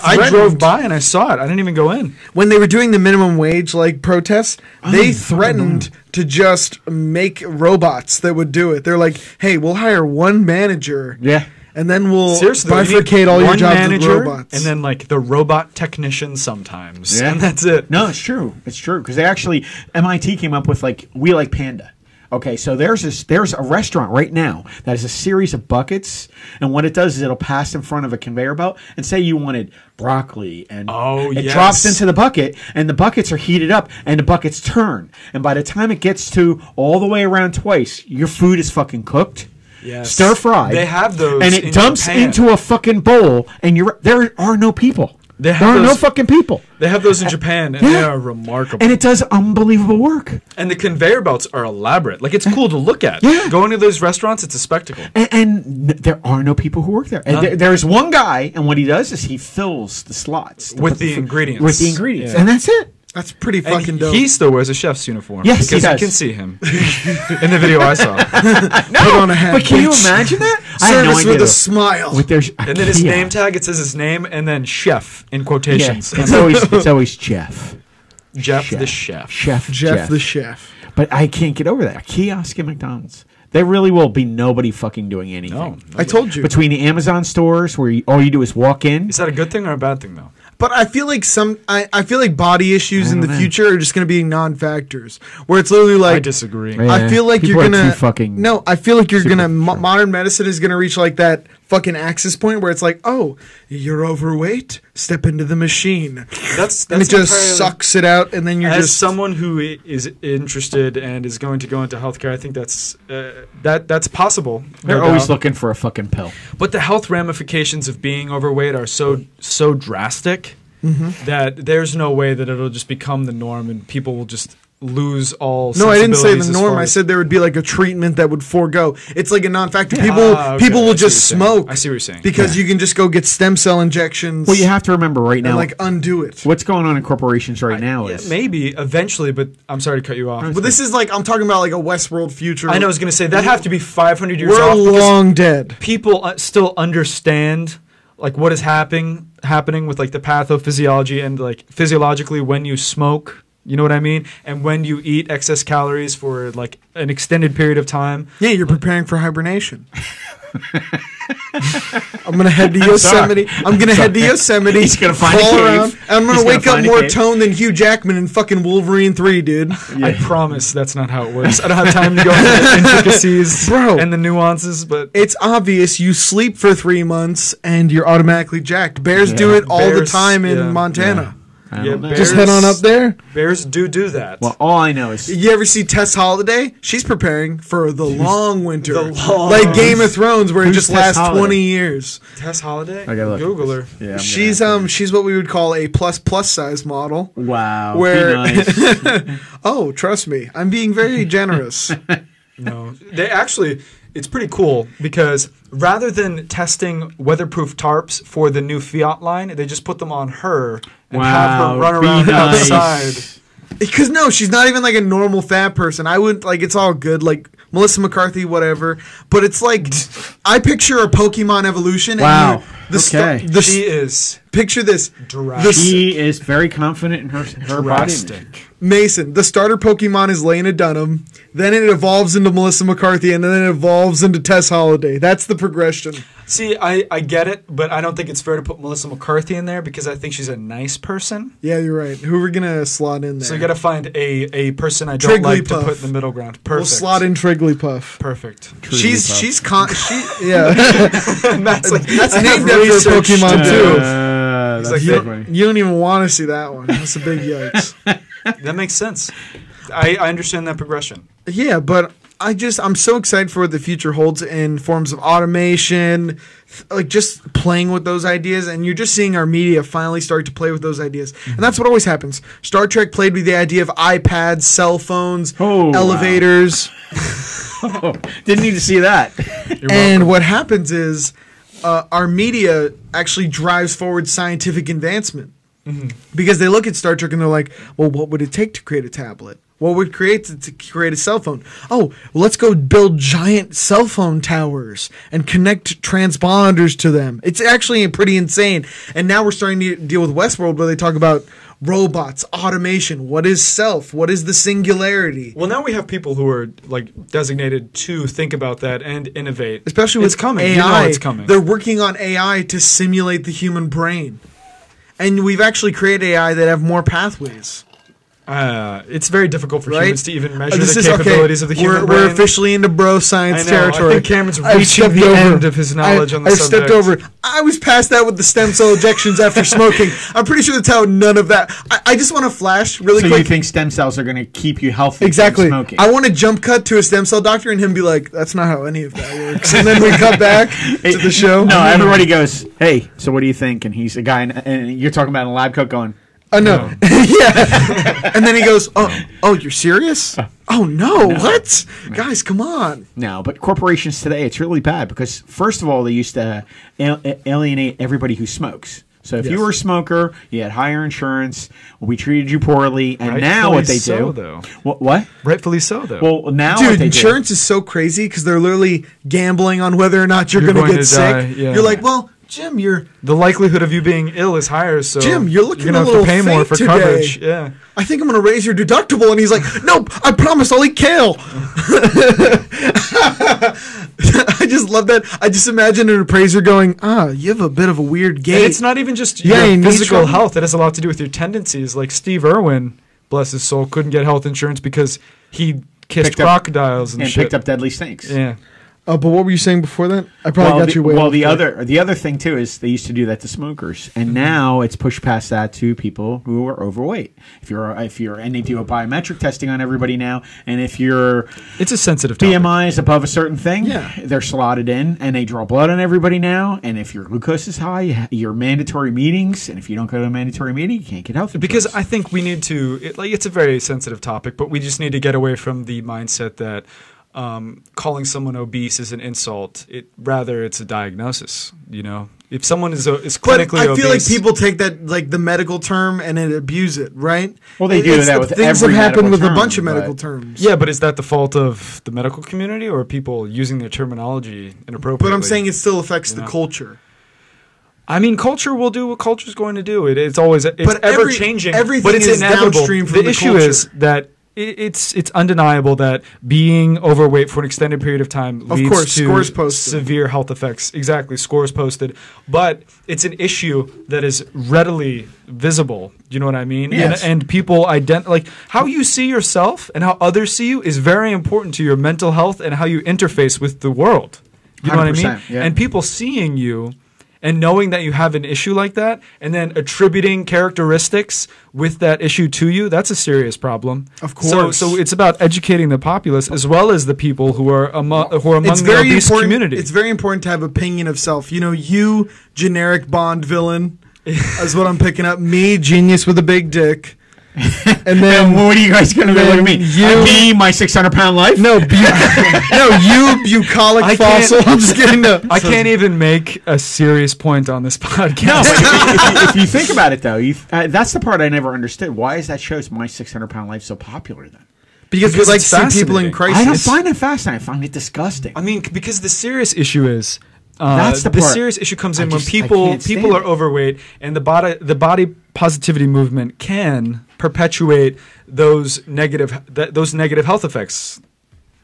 I, I, I, I drove by and I saw it. I didn't even go in. when they were doing the minimum wage like protests, they threatened to just make robots that would do it. They're like, "Hey, we'll hire one manager, yeah. and then we'll Seriously, you need bifurcate all your one jobs manager with robots." and then like the robot technician sometimes, Yeah. and that's it. No, it's true. It's true because they actually MIT came up with like we like panda. Okay, so there's this there's a restaurant right now that is a series of buckets, and what it does is it'll pass in front of a conveyor belt, and say you wanted broccoli, and Oh, it yes. drops into the bucket, and the buckets are heated up, and the buckets turn, and by the time it gets to all the way around twice, your food is fucking cooked. Yes. Stir fried. They have those and it in dumps Japan. into a fucking bowl, and you're there are no people. They have There are those, no fucking people, They have those in Japan, and they Yeah. are remarkable. and it does unbelievable work. And the conveyor belts are elaborate. Like it's cool to look at. Yeah. Going to those restaurants, it's a spectacle. And, and n- there are no people who work there. And there. There's one guy, and what he does is he fills the slots to With put the food- ingredients. With the ingredients, Yeah. and that's it. That's pretty And fucking dope. he still wears a chef's uniform. Yes, he because does. you can see him in the video I saw. Put on a hat, but can you bitch. imagine that? I had no Service idea. with a smile. with their, And then his IKEA. name tag, it says his name and then chef in Yeah, quotations. it's always it's always Jeff. Jeff the chef. Chef, Jeff, Jeff, the chef. But I can't get over that. A kiosk at McDonald's. There really will be nobody fucking doing anything. No. I told you. Between the Amazon stores where you, all you do is walk in. Is that a good thing or a bad thing though? But I feel like some I, I feel like body issues in the don't know. future are just going to be non-factors where it's literally like I disagree. Yeah. I feel like people you're are gonna too fucking no. I feel like you're gonna mo- superficial. modern medicine is gonna reach like that fucking axis point where it's like, oh, you're overweight. Step into the machine, That's, that's and it just entirely- sucks it out, and then you're As just someone who i- is interested and is going to go into healthcare, I think that's uh, that that's possible. They're no always doubt. looking for a fucking pill. But the health ramifications of being overweight are so so drastic Mm-hmm. that there's no way that it'll just become the norm and people will just lose all. No, I didn't say sensibilities the as norm. far I as- said there would be like a treatment that would forego. It's like a non-factor. People, Ah, okay, people I will see what just you're saying. smoke. I see what you're saying. because you can just go get stem cell injections. Well, you have to remember right and now like undo it. what's going on in corporations right now Yeah, is maybe eventually, but I'm sorry to cut you off. But this is like I'm talking about like a Westworld future. I know I was going to say that have to be 500 years we're off because long dead. people uh, still understand like what is happening happening with like the pathophysiology and like physiologically when you smoke you know what i mean and when you eat excess calories for like an extended period of time Yeah, you're preparing for hibernation. I'm gonna head to sorry. Yosemite. I'm, gonna head to Yosemite. He's gonna find a crawl cave. around. and I'm gonna He's gonna wake up find a more cave. toned than Hugh Jackman in fucking Wolverine Three, dude. i promise that's not how it works i don't have time to go into the intricacies Bro. and the nuances but It's obvious you sleep for three months and you're automatically jacked. Bears do it all the Bears, time in yeah, Montana. I don't Yeah, know. bears- Just head on up there. bears do do that well, all I know is You ever see Tess Holiday? She's preparing for the long winter, The long- like Game of Thrones, where it Who's just Tess lasts Holliday? twenty years. tess holiday I gotta look at google her Yeah, I'm gonna she's have um she's what we would call a plus plus size model. to- wow. be where- nice. Oh, trust me, I'm being very generous. No, they actually. It's pretty cool because rather than testing weatherproof tarps for the new Fiat line, they just put them on her and have her Wow, run be around nice. outside. Because no, she's not even like a normal fat person. I would like it's all good, like Melissa McCarthy, whatever. But it's like I picture a Pokemon evolution. Wow. And you, the Okay. st- the She s- is picture this. Drastic. The s- she is very confident in her her body. drastic. Mason, the starter Pokemon is Lena Dunham. Then it evolves into Melissa McCarthy, and then it evolves into Tess Holiday. That's the progression. See, I, I get it, but I don't think it's fair to put Melissa McCarthy in there because I think she's a nice person. Yeah, you're right. Who we're gonna slot in there? So you got to find a, a person I don't like to Jigglypuff. put in the middle ground. Perfect. we'll slot in Trigglypuff. Perfect. She's Jigglypuff. she's con she yeah. And that's like, that's I named have after a researched Pokemon that. too. Uh, that's like, a You good don't, one. you don't even want to see that one. That's a big yikes. That makes sense. I, I understand that progression. yeah, but I just I'm so excited for what the future holds in forms of automation, th- like just playing with those ideas, and you're just seeing our media finally start to play with those ideas, Mm-hmm. and that's what always happens. Star Trek played with the idea of iPads, cell phones, Oh, wow. elevators. Oh, didn't need to see that. and what happens is uh, our media actually drives forward scientific advancement because they look at Star Trek and they're like, well, what would it take to create a tablet? What would create to, to create a cell phone? Oh, well, let's go build giant cell phone towers and connect transponders to them. It's actually pretty insane. And now we're starting to deal with Westworld where they talk about robots, automation. What is self? What is the singularity? Well, now we have people who are like designated to think about that and innovate, especially with it's coming. AI. You know it's coming. They're working on AI to simulate the human brain, and we've actually created AI that have more pathways. Uh, it's very difficult for Right? Uh, Oh, humans to even measure this the is capabilities okay. of the human we're, brain. we're officially into bro I science know, territory. I think Cameron's I've reaching stepped the over. end of his knowledge I, on the I've subject. stepped over. I was past that with the stem cell ejections after smoking. I'm pretty sure that's how none of that. I, I just want to flash really So you quick. think stem cells are going to keep you healthy? from Exactly. Smoking. I want to jump cut to a stem cell doctor and him be like, "That's not how any of that works." And then we cut back to the show. No, everybody goes, "Hey, so what do you think?" And he's a guy, in, and you're talking about in a lab coat going, Oh no. yeah. and then he goes, "Oh, oh, you're serious? Oh no, what? Guys, come on." No, but corporations today, it's really bad because first of all, they used to uh, al- alienate everybody who smokes. So if you Yes. were a smoker, you had higher insurance. We treated you poorly, and now Rightfully what they so, do? though. What? What? Rightfully so, though. Well, now what Dude, they insurance is so crazy because they're literally gambling on whether or not you're, You're going to going get to sick. die, yeah. You're like, well, Jim, you're. the likelihood of you being ill is higher. So Jim, you're looking a gonna have little to pay more faint for today. coverage. Yeah. I think I'm going to raise your deductible, and he's like, nope, I promise, I'll eat kale. I just love that. I just imagine an appraiser going, ah, you have a bit of a weird And gait. it's not even just Yeah, you your need physical some- health. It has a lot to do with your tendencies. Like Steve Irwin, bless his soul, couldn't get health insurance because he kissed Picked up- crocodiles and, and shit. picked up deadly snakes. yeah. Oh, but what were you saying before that? I probably Well, got the, you way. well, off the track. other the other thing too is they used to do that to smokers, and now it's pushed past that to people who are overweight. If you're if you're and they do a biometric testing on everybody now, and if you're It's a sensitive topic. BMI is above a certain thing. Yeah. They're slotted in and they draw blood on everybody now. And if your glucose is high, you ha- your mandatory meetings. And if you don't go to a mandatory meeting, you can't get health because insurance. I think we need to. It, like, it's a very sensitive topic, but we just need to get away from the mindset that um, calling someone obese is an insult. It rather it's a diagnosis. You know, if someone is o- is But clinically I feel obese, like people take that like the medical term and then abuse it, right? Well, they do It's that the with things every have happened medical with a term, bunch of medical but- terms. Yeah, but is that the fault of the medical community or people using their terminology inappropriately? but I'm saying it still affects the know. culture. I mean, culture will do what culture's going to do. It, it's always it's But every- ever changing. everything but it's is inevitable. downstream from the issue culture. is that it, it's it's undeniable that being overweight for an extended period of time Of leads course, to scores posted. severe health effects. Exactly, scores posted. But it's an issue that is readily visible. You know what I mean? Yes. And, and people ident like how you see yourself and how others see you is very important to your mental health and how you interface with the world. You know what I mean? 100%, yeah. And people seeing you and knowing that you have an issue like that and then attributing characteristics with that issue to you, that's a serious problem. Of So, course. so it's about educating the populace as well as the people who are, amo- who are among It's the very obese important. community. It's very important to have opinion of self. You know, you generic Bond villain is what I'm picking up. Me genius with a big dick, and And then what are you guys going to do then with me? you- I me, my 600 pound life? no, bu- no, you bucolic I can't- fossil. I'm just kidding. No. I can't even make a serious point on this podcast. No, but if, you- if you, if you think about it, though, you, uh, that's the part I never understood. Why is that show's My 600 Pound Life so popular then? because, Because we like it's to see people in crisis. fascinating. I don't find it fascinating. I find it disgusting. I mean, c- because the serious issue is uh, That's the the part. serious issue comes I in when just- I people can't stand people are it. overweight, and the body the body positivity movement can perpetuate those negative th- those negative health effects.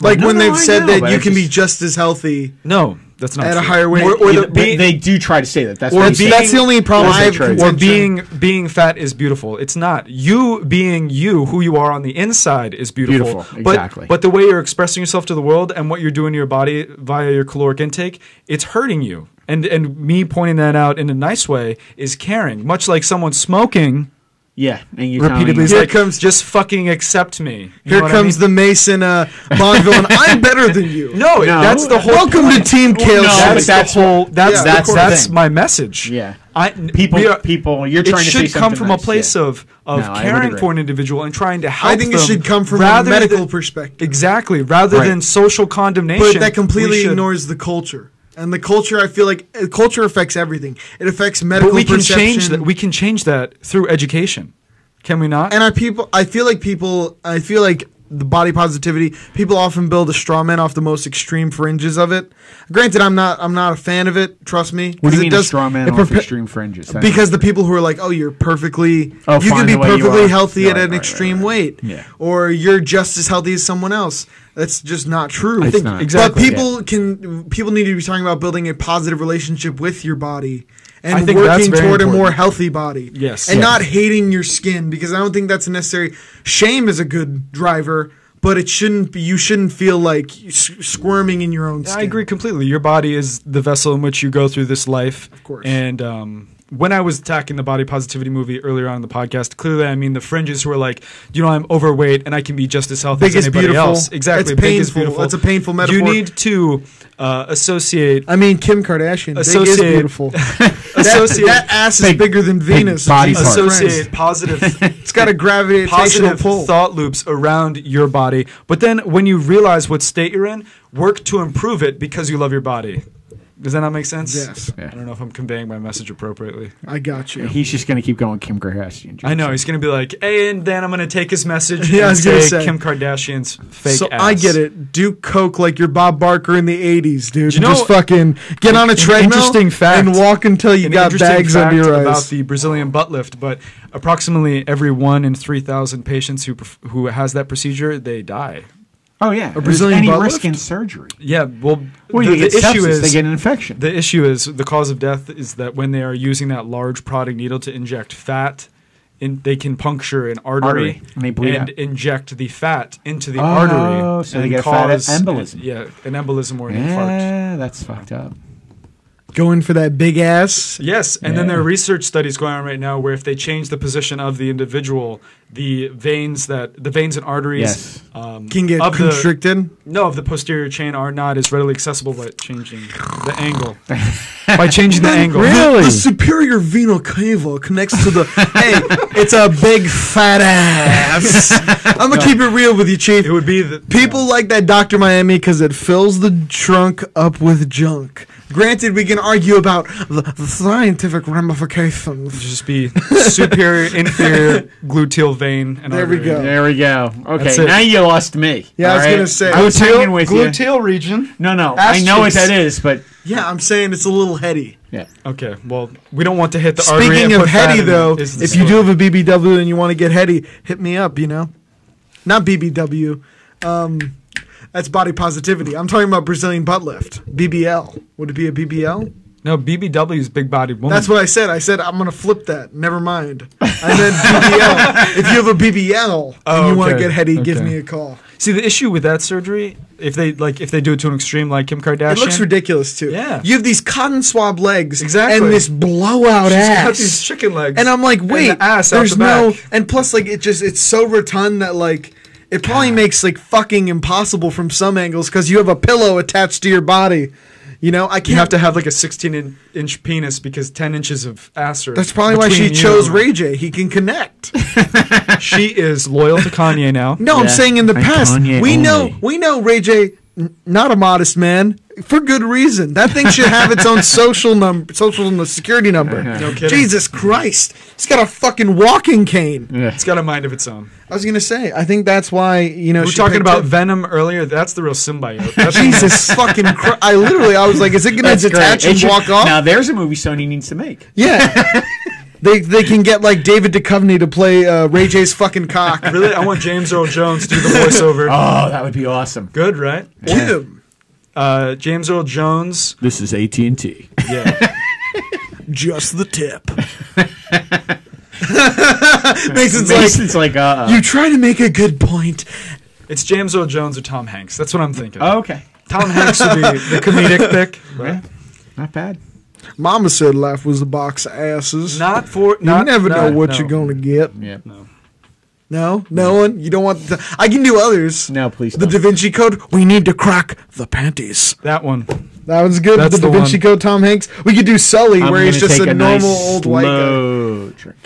like No, when no, they've I said know, that but you I can be just- just as healthy No, that's not at a true. higher weight. Or, or They- the, being, they do try to say that. That's, Or what that's, they say. that's the only problem Or I have. being- with or contention. being being fat is beautiful. It's not you being you, who you are on the inside is beautiful. Beautiful, But- exactly. But the way you're expressing yourself to the world and what you're doing to your body via your caloric intake, it's hurting you. And and me pointing that out in a nice way is caring. Much like someone smoking Yeah. And you repeatedly, is Here like, comes- just fucking accept me. You Here know what I comes mean? the Mason uh, Bond villain. I'm better than you. no, No. That's the whole. Welcome to Team Kale. No, Ship. but that's, that's the whole. That's yeah, that's that's the that's thing. my message. Yeah. I People- we are- people, you're trying to It say should come something from a nice, place yeah. of of No, I would caring agree. for an individual and trying to help. I think it them should come from a rather medical than- perspective. Exactly, rather Right. than social condemnation. but that we completely should- ignores the culture. And the culture, I feel like uh, culture affects everything. It affects medical But we can perception. change that. We can change that through education. Can we not? and I people, I feel like people, I feel like the body positivity. People often build a straw man off the most extreme fringes of it. Granted, I'm not, I'm not a fan of it. Trust me. What do 'cause you it mean does- a straw man it off perpe- extreme fringes? That- because the people who are like, oh, you're perfectly, Oh, you can fine, be the way you perfectly are. healthy Yeah, at right, an right, extreme right, right. weight, Yeah. or you're just as healthy as someone else. That's just not true. I think- not. exactly, But people can people need to be talking about building a positive relationship with your body and I think that's working very toward a more important. healthy body. Yes. And Yes. not hating your skin because I don't think that's necessary. Shame is a good driver, but it shouldn't be, you shouldn't feel like s- squirming in your own skin. I agree completely. Your body is the vessel in which you go through this life. Of course. And um, when I was attacking the body positivity movie earlier on in the podcast, clearly I mean the fringes who are like, you know, I'm overweight and I can be just as healthy Big as is anybody beautiful. else. Exactly. It's Big is painful. beautiful. It's a painful metaphor. You need to uh, associate I mean, Kim Kardashian. Big is Associate- beautiful. associate That, that ass is Big- bigger than Venus. body Jesus part. Christ. associate positive It's got a gravitational positive pull. thought loops around your body. But then when you realize what state you're in, work to improve it because you love your body. Does that not make sense? Yes. Yeah. I don't know if I'm conveying my message appropriately. I got you. He's just going to keep going Kim Kardashian. I know he's gonna be like, hey, and then I'm gonna take his message Yeah, I and was gonna say, say. Kim Kardashian's fake. so ass. I get it. Do coke like you're Bob Barker in the '80s, dude. you know- Just fucking get on a treadmill interesting fact- and walk until you An got interesting bags fact under your about eyes. the Brazilian butt lift, but approximately every one in three thousand patients who perf- who has that procedure, they die. Oh yeah, a Brazilian any butt risk lift? in surgery. Yeah, well, Well, the, you get the issue sepsis, is they get an infection. the issue is the cause of death is that when they are using that large prodding needle to inject fat. In, they can puncture an artery, Artery, and they bleed out. inject the fat into the Oh, artery. so they and get a fat cause an- embolism. yeah, an embolism or an infarct. yeah, that's fucked up. Going for that big ass. Yes, and then Yeah. there are research studies going on right now where if they change the position of the individual, the veins that the veins and arteries Yes. um, Can get of constricted. The, no, of the posterior chain are not as readily accessible by changing the angle. by changing the angle, The superior venal cava connects to the. hey, it's a big fat ass. I'm gonna keep it real with you, chief. it would be the People like that Dr. Miami because it fills the trunk up with junk. Granted, we can argue about the, the scientific ramifications. just be superior, inferior gluteal vein. And There we artery. go. There we go. That's Okay, it. now you lost me. Yeah, I was all right? gonna say, I was hanging with you. Gluteal region. No, no, I know what that is, but Yeah, I'm saying it's a little heady. yeah. Okay, well, we don't want to hit the artery. and Speaking of put fat heady, in it, though, is the if you story. do have a BBW and you want to get heady, hit me up, you know? Not BBW. Um, that's body positivity. I'm talking about Brazilian butt lift. BBL. Would it be a BBL? no BBW is big bodied woman. That's what I said. I said I'm gonna flip that. Never mind. I meant BBL. if you have a BBL and Oh, you want to okay. get heady, give Okay. me a call. See the issue with that surgery, if they like if they do it to an extreme like Kim Kardashian, It looks ridiculous too. Yeah. You have these cotton swab legs, Exactly. and this blowout She's ass. got these chicken legs, and I'm like, wait, the ass out there's the no. back. And plus, like, it just it's so rotund that like. It probably makes like fucking impossible from some angles because you have a pillow attached to your body. You know, I can't. you have to have like a 16 in- inch penis because 10 inches of ass are. that's probably why she between you. chose Ray J. He can connect. She is loyal to Kanye now. No, I'm Yeah. saying in the And past. Kanye we only. know we know Ray J n- not a modest man for good reason. That thing should have its own social number, social n- security number. No kidding. Jesus Christ, he's got a fucking walking cane. Yeah. It's got a mind of its own. I was gonna say, I think that's why you know We were she talking picked about him. Venom earlier. That's the real symbiote. That's Jesus fucking Christ. I literally, I was like, is it gonna detach It and should- walk off? Now there's a movie Sony needs to make. Yeah. They, they can get like David Duchovny to play uh, Ray J's fucking cock. really, I want James Earl Jones to do the voiceover. Oh, that would be awesome. Good, right? Dude, Uh, James Earl Jones. This is AT and T. Yeah. just the tip. Mason's like, Mason's like, uh, You try to make a good point. it's James Earl Jones or Tom Hanks. That's what I'm thinking. oh, okay, Tom Hanks would be the comedic pick. Yeah. not bad. Mama said life was a box of asses. Not for. you Not, never know not- what no. you're going to get. Yeah, No? No one? You don't want the, I can do others. No, please The don't. Da Vinci Code, we need to crack the panties. That one. That was good. That's the Da the Vinci one. Code, Tom Hanks. We could do Sully, I'm where he's gonna just a, take normal nice old white guy. slow drink.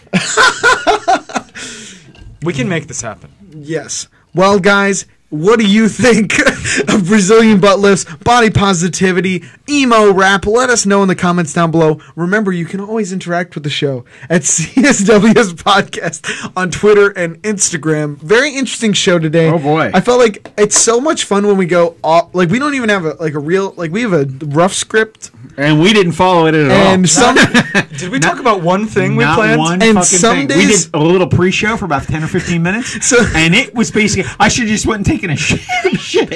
We can make this happen. Yes. Well, guys, what do you think of Brazilian butt lifts, body positivity, emo rap? Let us know in the comments down below. Remember, you can always interact with the show at CSWS Podcast on Twitter and Instagram. Very interesting show today. Oh, boy. I felt like it's so much fun when we go off. Like we don't even have a like a real like we have a rough script And we didn't follow it at all. and some Did we talk about one thing we Not planned? one And fucking some thing. we days- did a little pre-show for about ten or fifteen minutes, So- and it was basically I should have just went and taken a shit. shit.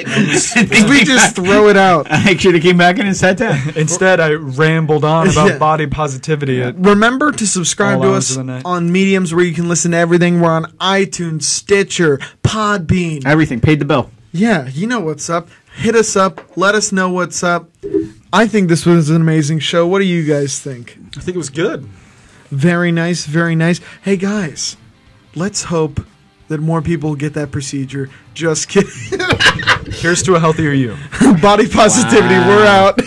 we just throw it out. I should have came back in and sat down. Instead, I rambled on about Yeah. body positivity. It- Remember to subscribe All to hours us of the night. on mediums where you can listen to everything. We're on iTunes, Stitcher, Podbean. Everything paid the bill. Yeah, you know what's up. Hit us up. Let us know what's up. I think this was an amazing show. What do you guys think? I think it was good. Very nice, very nice. Hey guys, let's hope that more people get that procedure. Just kidding. Here's to a healthier you. Body positivity. We're Wow. out.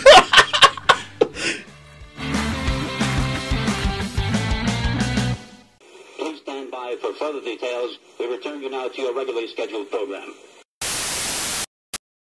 Please stand by for further details. We return you now to your regularly scheduled program.